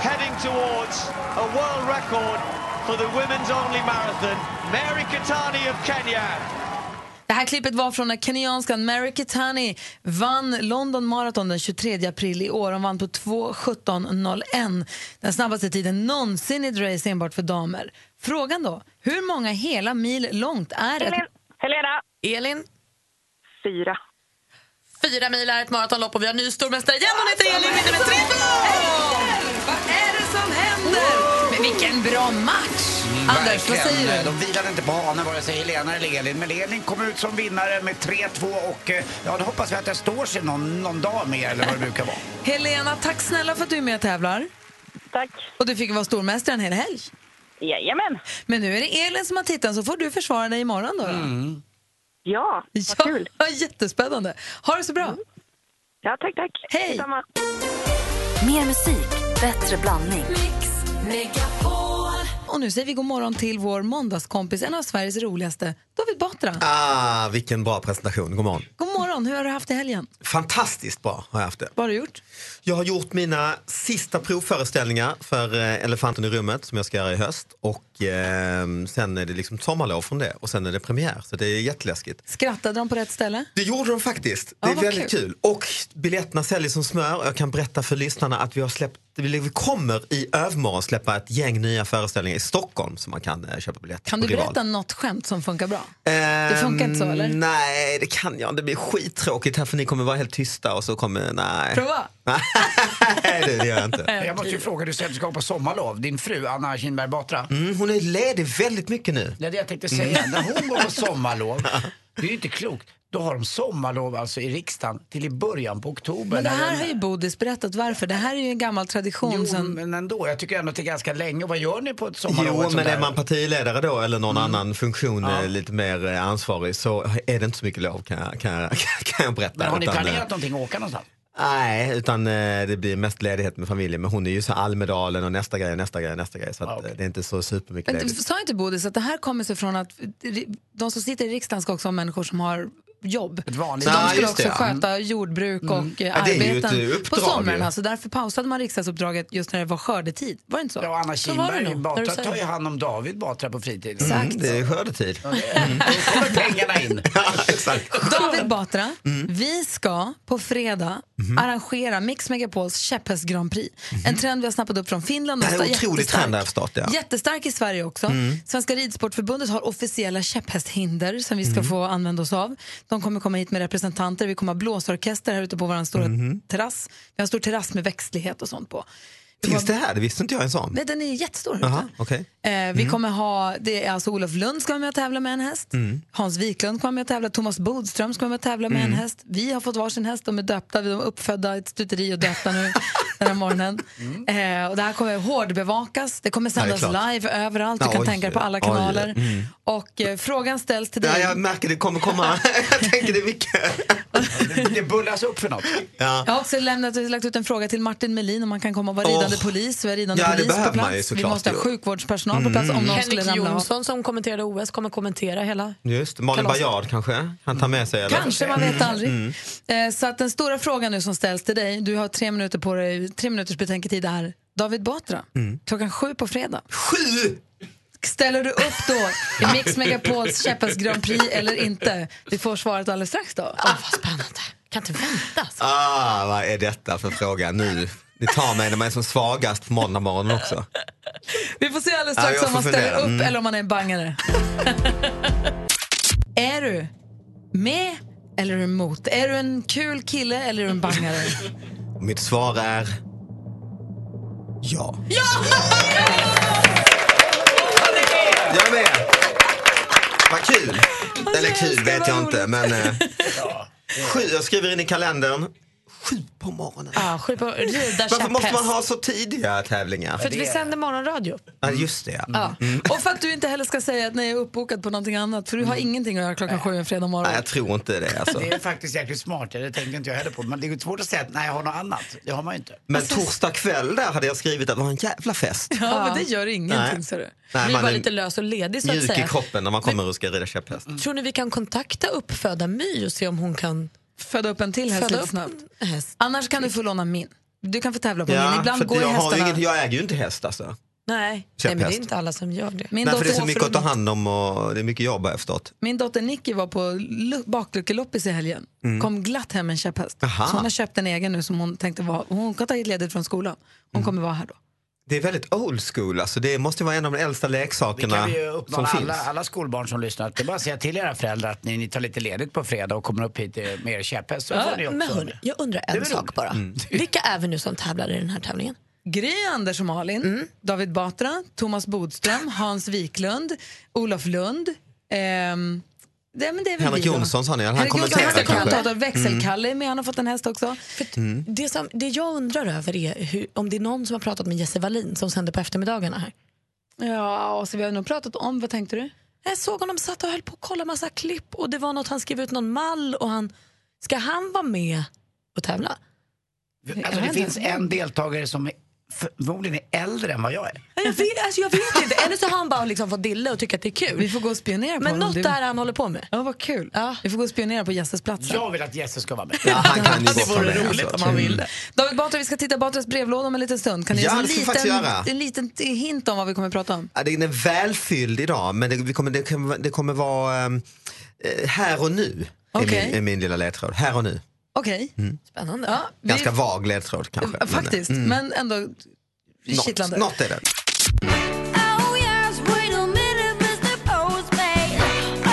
Speaker 15: heading towards a world record for the women's only marathon, Mary Katani of Kenya.
Speaker 1: Det här klippet var från när kenyanskan Mary Kitani vann London Marathon den 23 april i år. Hon vann på 2.17.01, den snabbaste tiden någonsin i ett race enbart för damer. Frågan då, hur många hela mil långt är ett...
Speaker 6: Helena.
Speaker 5: Elin?
Speaker 6: Fyra.
Speaker 5: Fyra mil är ett maratonlopp och vi har ny stormästare igen. Hon heter Elin, vinner med 3-2!
Speaker 1: Vad är det som händer? Men vilken bra match! Anders, vad
Speaker 2: Mm, Verkligen.
Speaker 1: säger du?
Speaker 2: De vilade inte på hanen vare sig Helena eller Elin. Men Elin kom ut som vinnare med 3-2 och eh, ja, då hoppas vi att det står sig någon, någon dag mer eller vad det brukar vara.
Speaker 1: Helena, tack snälla för att du är med och tävlar.
Speaker 6: Tack.
Speaker 1: Och du fick vara stormästare en hel helg.
Speaker 6: Jajamän.
Speaker 1: Men nu är det Elin som har titeln så får du försvara dig imorgon då. då.
Speaker 6: Ja, vad Mm.
Speaker 1: ja, kul. Jättespännande. Ha det så bra.
Speaker 6: Ja, tack, tack.
Speaker 1: Hej.
Speaker 7: Mer musik, bättre blandning.
Speaker 1: Och nu säger vi god morgon till vår måndagskompis, en av Sveriges roligaste, David Batra.
Speaker 16: Ah, vilken bra presentation. God morgon.
Speaker 1: God morgon, hur har du haft i helgen?
Speaker 16: Fantastiskt bra har jag haft det.
Speaker 1: Vad har du gjort?
Speaker 16: Jag har gjort mina sista provföreställningar för eh, Elefanten i rummet som jag ska göra i höst. Och eh, sen är det liksom sommarlov från det och sen är det premiär. Så det är jätteläskigt.
Speaker 1: Skrattade de på rätt ställe?
Speaker 16: Det gjorde de faktiskt.
Speaker 1: Ja,
Speaker 16: Det är
Speaker 1: vad
Speaker 16: väldigt
Speaker 1: kul.
Speaker 16: kul. Och biljetterna säljer som smör. Jag kan berätta för lyssnarna att vi har släppt vi kommer i övermorgon släppa ett gäng nya föreställningar i Stockholm som man kan eh, köpa biljetter
Speaker 1: Kan
Speaker 16: på
Speaker 1: du
Speaker 16: Rival.
Speaker 1: berätta något skämt som funkar bra? Det funkar inte så, eller?
Speaker 16: Ehm, Nej, det kan jag inte. Det blir skittråkigt här för ni kommer vara helt tysta och så kommer... Nej.
Speaker 1: Prova!
Speaker 16: Nej, det, det gör jag inte.
Speaker 2: Jag måste ju fråga, du säger att du ska hoppa sommarlov. Din fru Anna Kinberg Batra.
Speaker 16: Mm, hon är ledig väldigt mycket nu.
Speaker 2: Det är det jag tänkte säga.
Speaker 1: Mm.
Speaker 2: När hon går på sommarlov, det är ju inte klokt. Då har de sommarlov alltså i riksdagen till i början på oktober.
Speaker 1: Men det
Speaker 2: När
Speaker 1: här
Speaker 2: de-
Speaker 1: har ju Bodis berättat varför. Det här är ju en gammal tradition
Speaker 2: Jo,
Speaker 1: sen...
Speaker 2: men ändå. Jag tycker ändå att det är ganska länge. Vad gör ni på ett sommarlov?
Speaker 16: Jo,
Speaker 2: ett sånt
Speaker 16: men är Mm.
Speaker 2: där?
Speaker 16: man partiledare då eller någon annan funktion eh, lite mer eh, ansvarig så är det inte så mycket lov kan jag, kan jag, kan jag berätta.
Speaker 2: Men har ni
Speaker 16: Utan, eh,
Speaker 2: planerat någonting att åka någonstans?
Speaker 16: Nej, utan eh, det blir mest ledighet med familjen. Men hon är ju så Almedalen och nästa grej, nästa grej, nästa grej. Så att, eh, det är inte så supermycket
Speaker 1: Men
Speaker 16: ledigt.
Speaker 1: sa inte Bodis att det här kommer sig från att de som sitter i riksdagen ska också vara människor som har jobb.
Speaker 2: vanligt
Speaker 1: Så de
Speaker 2: jobb.
Speaker 1: skulle
Speaker 2: Ja, just
Speaker 1: också
Speaker 2: det, ja.
Speaker 1: sköta jordbruk och
Speaker 2: Mm.
Speaker 1: eh,
Speaker 2: Ja, det är ju ett,
Speaker 1: arbeten
Speaker 2: eh,
Speaker 1: på
Speaker 2: uppdrag
Speaker 1: sommaren.
Speaker 2: ju.
Speaker 1: Alltså, därför pausade man riksdagsuppdraget just när det var skördetid. Var det inte så?
Speaker 2: Ja, Anna
Speaker 1: Så var det
Speaker 2: Kinberg
Speaker 1: nog, när du
Speaker 2: Batra
Speaker 1: säger
Speaker 2: tar ju
Speaker 1: det.
Speaker 2: hand om David Batra på fritiden. Mm.
Speaker 1: Mm, Exakt.
Speaker 16: det är skördetid.
Speaker 2: Då kommer pengarna in.
Speaker 1: David Batra,
Speaker 16: Mm.
Speaker 1: vi ska på fredag
Speaker 16: Mhm.
Speaker 1: arrangera Mix Megapols käpphäst Grand Prix. En trend vi har snappat upp från Finland.
Speaker 16: Det
Speaker 1: och
Speaker 16: här är en otrolig
Speaker 1: jättestark.
Speaker 16: trend jag har förstått. Ja.
Speaker 1: Jättestark i Sverige också.
Speaker 16: Mm.
Speaker 1: Svenska ridsportförbundet har officiella käpphästhinder som vi ska
Speaker 16: Mm.
Speaker 1: få använda oss av. De kommer komma hit med representanter. Vi kommer ha blåsorkester här ute på vår stora
Speaker 16: Mhm.
Speaker 1: terrass. Vi har en stor terrass med växtlighet och sånt på.
Speaker 16: Finns det här? Det visste inte jag en sån.
Speaker 1: Nej, den är jättestor. här
Speaker 16: Jaha,
Speaker 1: ute.
Speaker 16: okej.
Speaker 1: Eh, vi
Speaker 16: Mm.
Speaker 1: kommer ha, det är alltså Olof Lund ska vara med och tävla med en häst.
Speaker 16: Mm.
Speaker 1: Hans Wiklund kommer med och tävla, Thomas Bodström ska vara med och tävla med
Speaker 16: Mm.
Speaker 1: en häst. Vi har fått varsin häst, de är döpta, de är uppfödda i ett stuteri och döpta nu den här morgonen. Eh, och det här kommer hårdbevakas, det kommer
Speaker 16: Mm. Ja, det är
Speaker 1: sändas
Speaker 16: klart.
Speaker 1: live överallt, du
Speaker 16: Ja,
Speaker 1: kan
Speaker 16: oj,
Speaker 1: tänka dig på alla
Speaker 16: oj,
Speaker 1: kanaler.
Speaker 16: mm.
Speaker 1: Och eh, frågan ställs till dig.
Speaker 16: Ja, jag märker det kommer komma. jag tänker det är mycket.
Speaker 2: Det bullas upp för något.
Speaker 16: Ja.
Speaker 1: Jag har också lämnat, lagt ut en fråga till Martin Melin om han kan komma och vara
Speaker 16: Åh.
Speaker 1: ridande polis. Vi har ridande
Speaker 16: Ja, det
Speaker 1: polis på
Speaker 16: behöver man ju
Speaker 1: plats. Vi
Speaker 16: såklart.
Speaker 1: måste ha
Speaker 16: Det-
Speaker 1: sjukvårdspersonal på plats om
Speaker 16: Mm.
Speaker 1: någon skulle
Speaker 5: Henrik
Speaker 1: ramla av.
Speaker 5: Jonsson som kommenterade OS kommer kommentera hela.
Speaker 16: Just Malin
Speaker 5: Kalas.
Speaker 16: Baryard kanske han tar med sig? Eller?
Speaker 1: Kanske, man
Speaker 5: Mm.
Speaker 1: vet aldrig. Eh, Så att den stora frågan nu som ställs till dig, du har tre minuter på dig, tre minuters betänketid är David Batra,
Speaker 5: Mm.
Speaker 1: klockan sju på fredag.
Speaker 16: Sju!
Speaker 1: Ställer du upp då i Mix Megapols Käppas Grand Prix eller inte? Vi får svaret alldeles strax då.
Speaker 5: Ah, Kan inte vänta. alltså.
Speaker 16: Ah, vad är detta för fråga nu? Ni tar mig när man är som svagast på måndag morgon också.
Speaker 1: Vi får se alldeles
Speaker 16: Ja,
Speaker 1: strax
Speaker 16: jag
Speaker 1: om
Speaker 16: får
Speaker 1: man ställer
Speaker 16: fundera.
Speaker 1: upp
Speaker 16: Mm.
Speaker 1: eller om man är en bangare. är du med eller är du emot? Är du en kul kille eller är du en bangare?
Speaker 16: Och mitt svar är ja.
Speaker 1: ja!
Speaker 16: Jag är med. Vad kul. Eller kul vet jag inte, men... eh, Sju, jag skriver in i kalendern. på morgonen.
Speaker 5: Ja, sju på rida
Speaker 16: Varför måste man
Speaker 5: käpphäst.
Speaker 16: ha så tidiga tävlingar?
Speaker 5: För att vi sänder morgonradio.
Speaker 16: Ja, just det.
Speaker 1: Ja.
Speaker 16: Ja. Mm.
Speaker 1: Och för att du inte heller ska säga att nej, jag är uppbokad på någonting annat för du har ingenting att göra klockan sju en fredag morgon.
Speaker 16: Nej, jag tror inte det. Alltså.
Speaker 2: Det är faktiskt jäkligt smart, det tänkte inte jag heller på. Men det är svårt att säga att nej, jag har något annat. Det har man ju inte.
Speaker 16: Men torsdag kväll där hade jag skrivit att det var en jävla fest.
Speaker 1: Ja, men det gör ingenting.
Speaker 16: Nej.
Speaker 1: ser du.
Speaker 16: Nej,
Speaker 5: Blir
Speaker 16: man
Speaker 5: bara
Speaker 16: är
Speaker 5: lite lös och ledig så att
Speaker 16: Mjuk i
Speaker 5: säga.
Speaker 16: kroppen när man kommer och ska rida käpphäst.
Speaker 5: Tror ni vi kan kontakta uppföda My och se om hon kan Äh,
Speaker 1: föda upp en till häst
Speaker 5: Föda
Speaker 1: lite
Speaker 5: upp
Speaker 1: snabbt. Annars kan du få låna min. Du kan få tävla på min.
Speaker 16: för
Speaker 1: Ibland
Speaker 16: att
Speaker 1: går ju
Speaker 16: jag, har ju
Speaker 1: hästarna...
Speaker 16: inget, jag äger ju inte häst alltså.
Speaker 5: Nej.
Speaker 16: Käpphäst.
Speaker 5: Nej, men det är inte alla som gör det.
Speaker 1: Min
Speaker 16: Nej, för det är
Speaker 1: dotter
Speaker 16: så mycket att ta hand om och det är mycket jobb har jag förstått.
Speaker 1: Min dotter Nicky var på lu- bakluckeloppis i helgen.
Speaker 16: Mm.
Speaker 1: Kom glatt hem med en käpphäst.
Speaker 16: Aha.
Speaker 1: Så hon har köpt en egen nu som hon tänkte vara... Hon kan ta hit ledigt från skolan.
Speaker 16: Mm.
Speaker 1: Hon kommer vara här då.
Speaker 16: Det är väldigt old school, alltså det måste vara en av de äldsta
Speaker 2: Det kan
Speaker 16: leksakerna
Speaker 2: vi ju
Speaker 16: som
Speaker 2: uppmana
Speaker 16: finns.
Speaker 2: alla, alla skolbarn som lyssnar att det är bara att säga till era föräldrar att ni, ni tar lite ledigt på fredag och kommer upp hit eh, med er käpphäst. Så får ni
Speaker 5: Ja,
Speaker 2: också.
Speaker 5: men hörni, jag undrar
Speaker 2: Det är
Speaker 5: en
Speaker 2: väl
Speaker 5: sak bara.
Speaker 16: Mm.
Speaker 5: Vilka är vi nu som tävlar i den här tävlingen?
Speaker 1: Gry Anders och Malin,
Speaker 16: Mm.
Speaker 1: David Batra, Thomas Bodström, Hans Wiklund, Olof Lund. ehm, det, men det är väl
Speaker 16: Henrik
Speaker 1: vi då.
Speaker 16: Jonsson sa ni, han
Speaker 1: Henrik Jonsson,
Speaker 16: kommenterar
Speaker 1: han ska
Speaker 16: kanske.
Speaker 1: kommentator.
Speaker 16: Mm.
Speaker 1: Växelkalle är med, han har fått en häst också.
Speaker 16: Mm.
Speaker 5: Det, som, det jag undrar över är hur, om det är någon som har pratat med Jesse Wallin som sänder på eftermiddagarna här.
Speaker 1: Ja, och så vi har nog pratat om, vad tänkte du?
Speaker 5: Jag såg honom satt och höll på att kolla massa klipp och det var något han skrev ut någon mall och han, ska han vara med och tävla?
Speaker 2: Alltså, det finns en deltagare som är, förmodligen är äldre än vad jag är.
Speaker 5: Ja, Jag vet, alltså jag vet inte, eller så har han bara liksom fått dille och tycker att det är kul. Vi
Speaker 1: får gå och spionera på
Speaker 5: Men
Speaker 1: honom.
Speaker 5: något
Speaker 1: Det-
Speaker 5: där han håller på med.
Speaker 1: Ja, vad kul. Vi får gå och spionera på Jesses plats.
Speaker 2: Jag vill att Jesse ska vara med.
Speaker 16: Ja, han kan ju
Speaker 2: det
Speaker 16: gott vara
Speaker 2: vore
Speaker 16: med,
Speaker 2: roligt
Speaker 16: alltså.
Speaker 2: om han ville.
Speaker 1: David Batra, vi ska titta i Batras brevlåda om en liten stund. Kan ni
Speaker 16: Ja,
Speaker 1: ge oss
Speaker 16: det ska vi faktiskt
Speaker 1: en,
Speaker 16: göra.
Speaker 1: liten, en liten t- hint om vad vi kommer att prata om?
Speaker 16: Ja, den är välfylld idag men det, vi kommer, det, kommer, det kommer vara ehm, eh, här och nu. Är,
Speaker 1: Okej.
Speaker 16: min, är min lilla ledtråd. Här och nu.
Speaker 1: Okej.
Speaker 16: Mm.
Speaker 5: Spännande.
Speaker 1: Ja, vi-
Speaker 16: Ganska vag ledtråd kanske.
Speaker 1: Ja, Faktiskt,
Speaker 16: eh, mm.
Speaker 1: men ändå
Speaker 16: Något-
Speaker 1: kittlande.
Speaker 16: Något är det.
Speaker 17: Oh yes, wait a minute, Mr. Postman.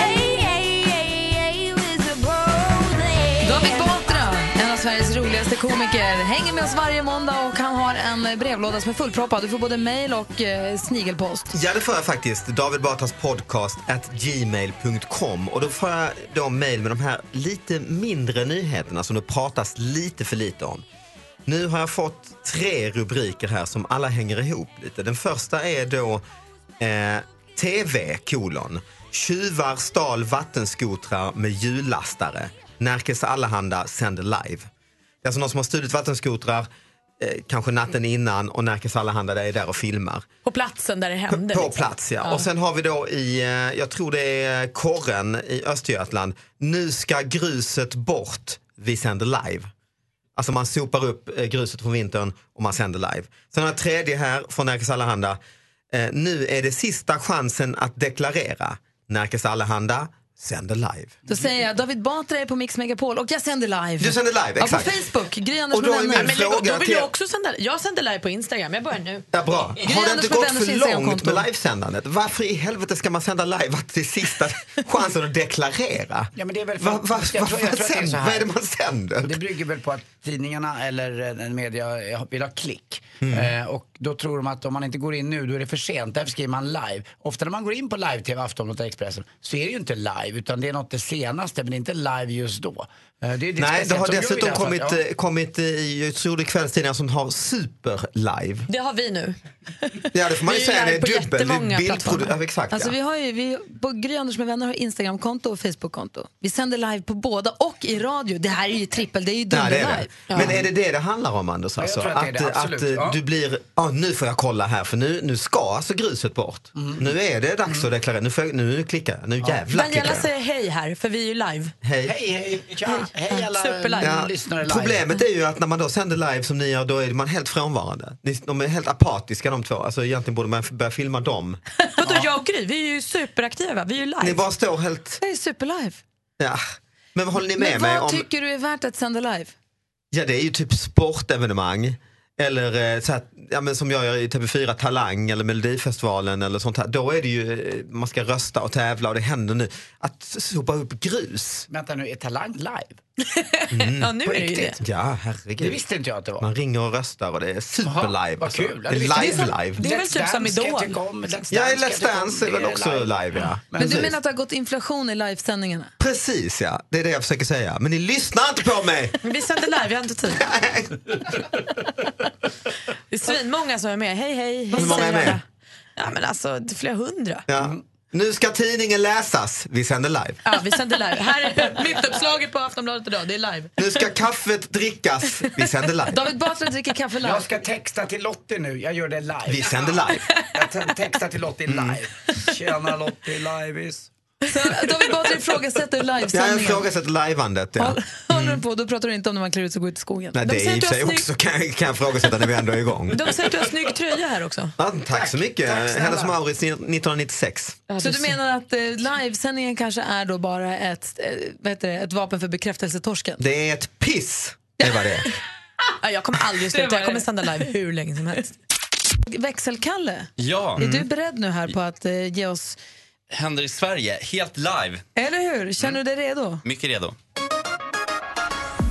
Speaker 17: Hey, hey, hey, hey, Mr. Postman.
Speaker 1: David Batra, en av Sveriges roligaste komiker, hänger med oss varje måndag och han har en brevlåda som är fullproppad. Du får både mejl och eh, snigelpost.
Speaker 16: Ja, det får jag faktiskt. David Batras podcast at gmail.com. Och då får jag då mejl med de här lite mindre nyheterna som det pratas lite för lite om. Nu har jag fått tre rubriker här som alla hänger ihop lite. Den första är då eh, TV, kolon. Tjuvar stal vattenskotrar med hjullastare. Närkes Allehanda sänder live. Det är alltså någon som har stulit vattenskotrar eh, kanske natten innan och Närkes Allehanda är där och filmar.
Speaker 5: På platsen där det
Speaker 16: På,
Speaker 5: hände.
Speaker 16: på
Speaker 5: liksom.
Speaker 16: plats ja. Och sen har vi då i, eh, jag tror det är Korren i Östergötland. Nu ska gruset bort, vi sänder live. Alltså man sopar upp eh, gruset från vintern och man sänder live. Sen har jag tredje här från Närkes Allehanda. Eh, nu är det sista chansen att deklarera. Närkes Allehanda sänder live.
Speaker 18: Då säger jag David Batra är på Mix Megapol och jag sänder live.
Speaker 16: Du sänder live,
Speaker 18: Ja,
Speaker 16: exakt.
Speaker 18: på Facebook, Gry Anders
Speaker 16: Och
Speaker 18: med
Speaker 16: då är min
Speaker 18: vänner.
Speaker 5: Men lägg, då
Speaker 16: Fråga
Speaker 5: vill
Speaker 16: till-
Speaker 5: jag också sända. Jag sänder live på Instagram. Jag börjar nu.
Speaker 16: Ja, bra.
Speaker 5: Gry
Speaker 16: Har det
Speaker 5: Anders
Speaker 16: inte
Speaker 5: med
Speaker 16: gått
Speaker 5: vänners
Speaker 16: för långt
Speaker 5: Instagramkonto.
Speaker 16: med livesändandet? Varför i helvete ska man sända live att det är sista chansen att deklarera?
Speaker 2: Ja, men det är väl
Speaker 16: Va- va-
Speaker 2: jag
Speaker 16: vad
Speaker 2: tror- jag tror att det är
Speaker 16: sänd-
Speaker 2: så här.
Speaker 16: vad är det man sänder?
Speaker 2: Det brygger väl på att tidningarna eller eh, media eh, vill ha klick.
Speaker 16: Mm.
Speaker 2: Eh, och då tror de att om man inte går in nu då är det för sent. Därför skriver man live. Ofta när man går in på live-tv, Aftonbladet och Expressen, så är det ju inte live utan det är något det senaste men inte live just då. Eh, det är det alltså.
Speaker 16: Nej, det
Speaker 2: speciellt
Speaker 16: har
Speaker 2: som gör i
Speaker 16: dessutom
Speaker 2: här fallet,
Speaker 16: kommit,
Speaker 2: ja.
Speaker 16: eh, kommit eh, i, jag tror det är kvällstidningar som har superlive.
Speaker 5: Det har vi nu.
Speaker 16: Ja, det får man ju
Speaker 5: Vi är
Speaker 16: säga, det
Speaker 5: live
Speaker 16: är
Speaker 5: på
Speaker 16: dubbel. det är
Speaker 5: jättemånga
Speaker 16: bildprodu-
Speaker 5: plattformar.
Speaker 16: ja, exakt,
Speaker 18: Alltså,
Speaker 16: ja.
Speaker 18: vi har ju, vi, på Gry Anders med vänner har Instagramkonto och Facebookkonto. Vi sänder live på båda och i radio. Det här är ju trippel, det är ju
Speaker 16: Nej,
Speaker 18: dubbel
Speaker 16: det är
Speaker 18: live.
Speaker 16: det. Men är det det det handlar om Anders? Alltså?
Speaker 2: tror att det är det,
Speaker 16: eh,
Speaker 2: absolut,
Speaker 16: eh,
Speaker 2: ja.
Speaker 16: du blir, ja nu får jag kolla här för nu, nu ska alltså gruset bort.
Speaker 2: Mm.
Speaker 16: Nu är det dags att deklarera, nu, får jag, nu klickar jag, nu jävlar klickar
Speaker 5: Daniela
Speaker 16: jag.
Speaker 5: säger hej här, för vi är ju live.
Speaker 16: Hej.
Speaker 2: Hej, hej, tja, hej alla
Speaker 5: Superlive.
Speaker 2: eh, lyssnare live.
Speaker 16: Problemet är ju att när man då sänder live som ni gör, då är man helt frånvarande. Ni- De är helt apatiska de två. Alltså egentligen borde man f- börja filma dem.
Speaker 5: Vadå, jag och Gry, vi är ju superaktiva. Vi är ju live.
Speaker 16: Ni bara står helt...
Speaker 18: Det är superlive.
Speaker 16: Ja. Men vad håller ni med
Speaker 18: Men
Speaker 16: mig
Speaker 18: vad
Speaker 16: om?
Speaker 18: tycker du är värt att sända live?
Speaker 16: Ja, det är ju typ sportevenemang. Eller eh, så här, ja, men som jag gör i TV4 Talang eller Melodifestivalen eller sånt här. Då är det ju, eh, man ska rösta och tävla och det händer nu. Att sopa upp grus.
Speaker 2: Vänta nu, är Talang live?
Speaker 16: Mm.
Speaker 5: ja, nu
Speaker 2: På
Speaker 5: är det ju det.
Speaker 2: riktigt?
Speaker 16: Ja, herregud.
Speaker 2: Det visste inte jag att det var.
Speaker 16: Man ringer och röstar och det är
Speaker 2: Jaha,
Speaker 16: superlive.
Speaker 2: vad
Speaker 16: alltså.
Speaker 2: kul. Ja,
Speaker 16: Det är
Speaker 2: visste jag.
Speaker 16: live live.
Speaker 5: Det är väl
Speaker 2: Let's
Speaker 5: typ som
Speaker 2: Dance ska jag
Speaker 5: Idol.
Speaker 2: tycka om, Let's Dance
Speaker 16: Ja,
Speaker 2: ska jag
Speaker 16: Let's
Speaker 2: tycka om,
Speaker 16: Dance är
Speaker 2: det
Speaker 16: väl också live ja.
Speaker 18: Men du menar att det har gått inflation i livesändningarna?
Speaker 16: Precis ja, det är det jag försöker säga. Men ni lyssnar inte på mig!
Speaker 5: Vi sänder live, vi har inte tid. Det är svinmånga som är med. Hej, hej. hej
Speaker 16: Hur många är
Speaker 5: säger alla.
Speaker 16: med?
Speaker 5: Ja, men alltså, det är flera hundra.
Speaker 16: Ja. Nu ska tidningen läsas, vi sänder live.
Speaker 5: Ja, vi sänder live. Här är mitt uppslaget på Aftonbladet idag. Det är live.
Speaker 16: Nu ska kaffet drickas, vi sänder live.
Speaker 18: David Batra dricker kaffe live.
Speaker 2: Jag ska texta till Lottie nu, jag gör det live.
Speaker 16: Vi sänder live.
Speaker 2: Jag te- textar till Lottie live. Tjena Lottie, liveis.
Speaker 18: David Batra ifrågasätter
Speaker 16: Ja, jag
Speaker 18: livesändningen.
Speaker 16: ifrågasätter liveandet. Ja.
Speaker 18: Håller du på, då pratar du inte om när man klär ut sig och går ut i skogen.
Speaker 16: Nej,
Speaker 5: De
Speaker 16: det
Speaker 5: säger
Speaker 16: är i och
Speaker 5: att
Speaker 16: för sig
Speaker 5: jag har
Speaker 16: också kan, kan jag ifrågasätta när vi ändå är igång.
Speaker 5: De säger att du har snygg tröja här också.
Speaker 16: Ja, tack så mycket.
Speaker 2: tack snälla.
Speaker 16: Hennes Mauritz 1996.
Speaker 18: Så du menar att eh, livesändningen kanske är då bara ett, eh, vad heter det, ett vapen för bekräftelsetorsken?
Speaker 16: Det är ett piss. Det var det.
Speaker 5: Ja, jag kommer aldrig sluta. Jag kommer sända
Speaker 18: Mm.
Speaker 5: live hur länge som helst. Mm.
Speaker 18: Växelkalle,
Speaker 19: Ja,
Speaker 18: är
Speaker 16: Mm.
Speaker 18: du beredd nu här på att eh, ge oss,
Speaker 19: händer i Sverige, helt live.
Speaker 18: eller hur?
Speaker 5: Mm.
Speaker 18: Känner du dig redo?
Speaker 19: Mycket redo.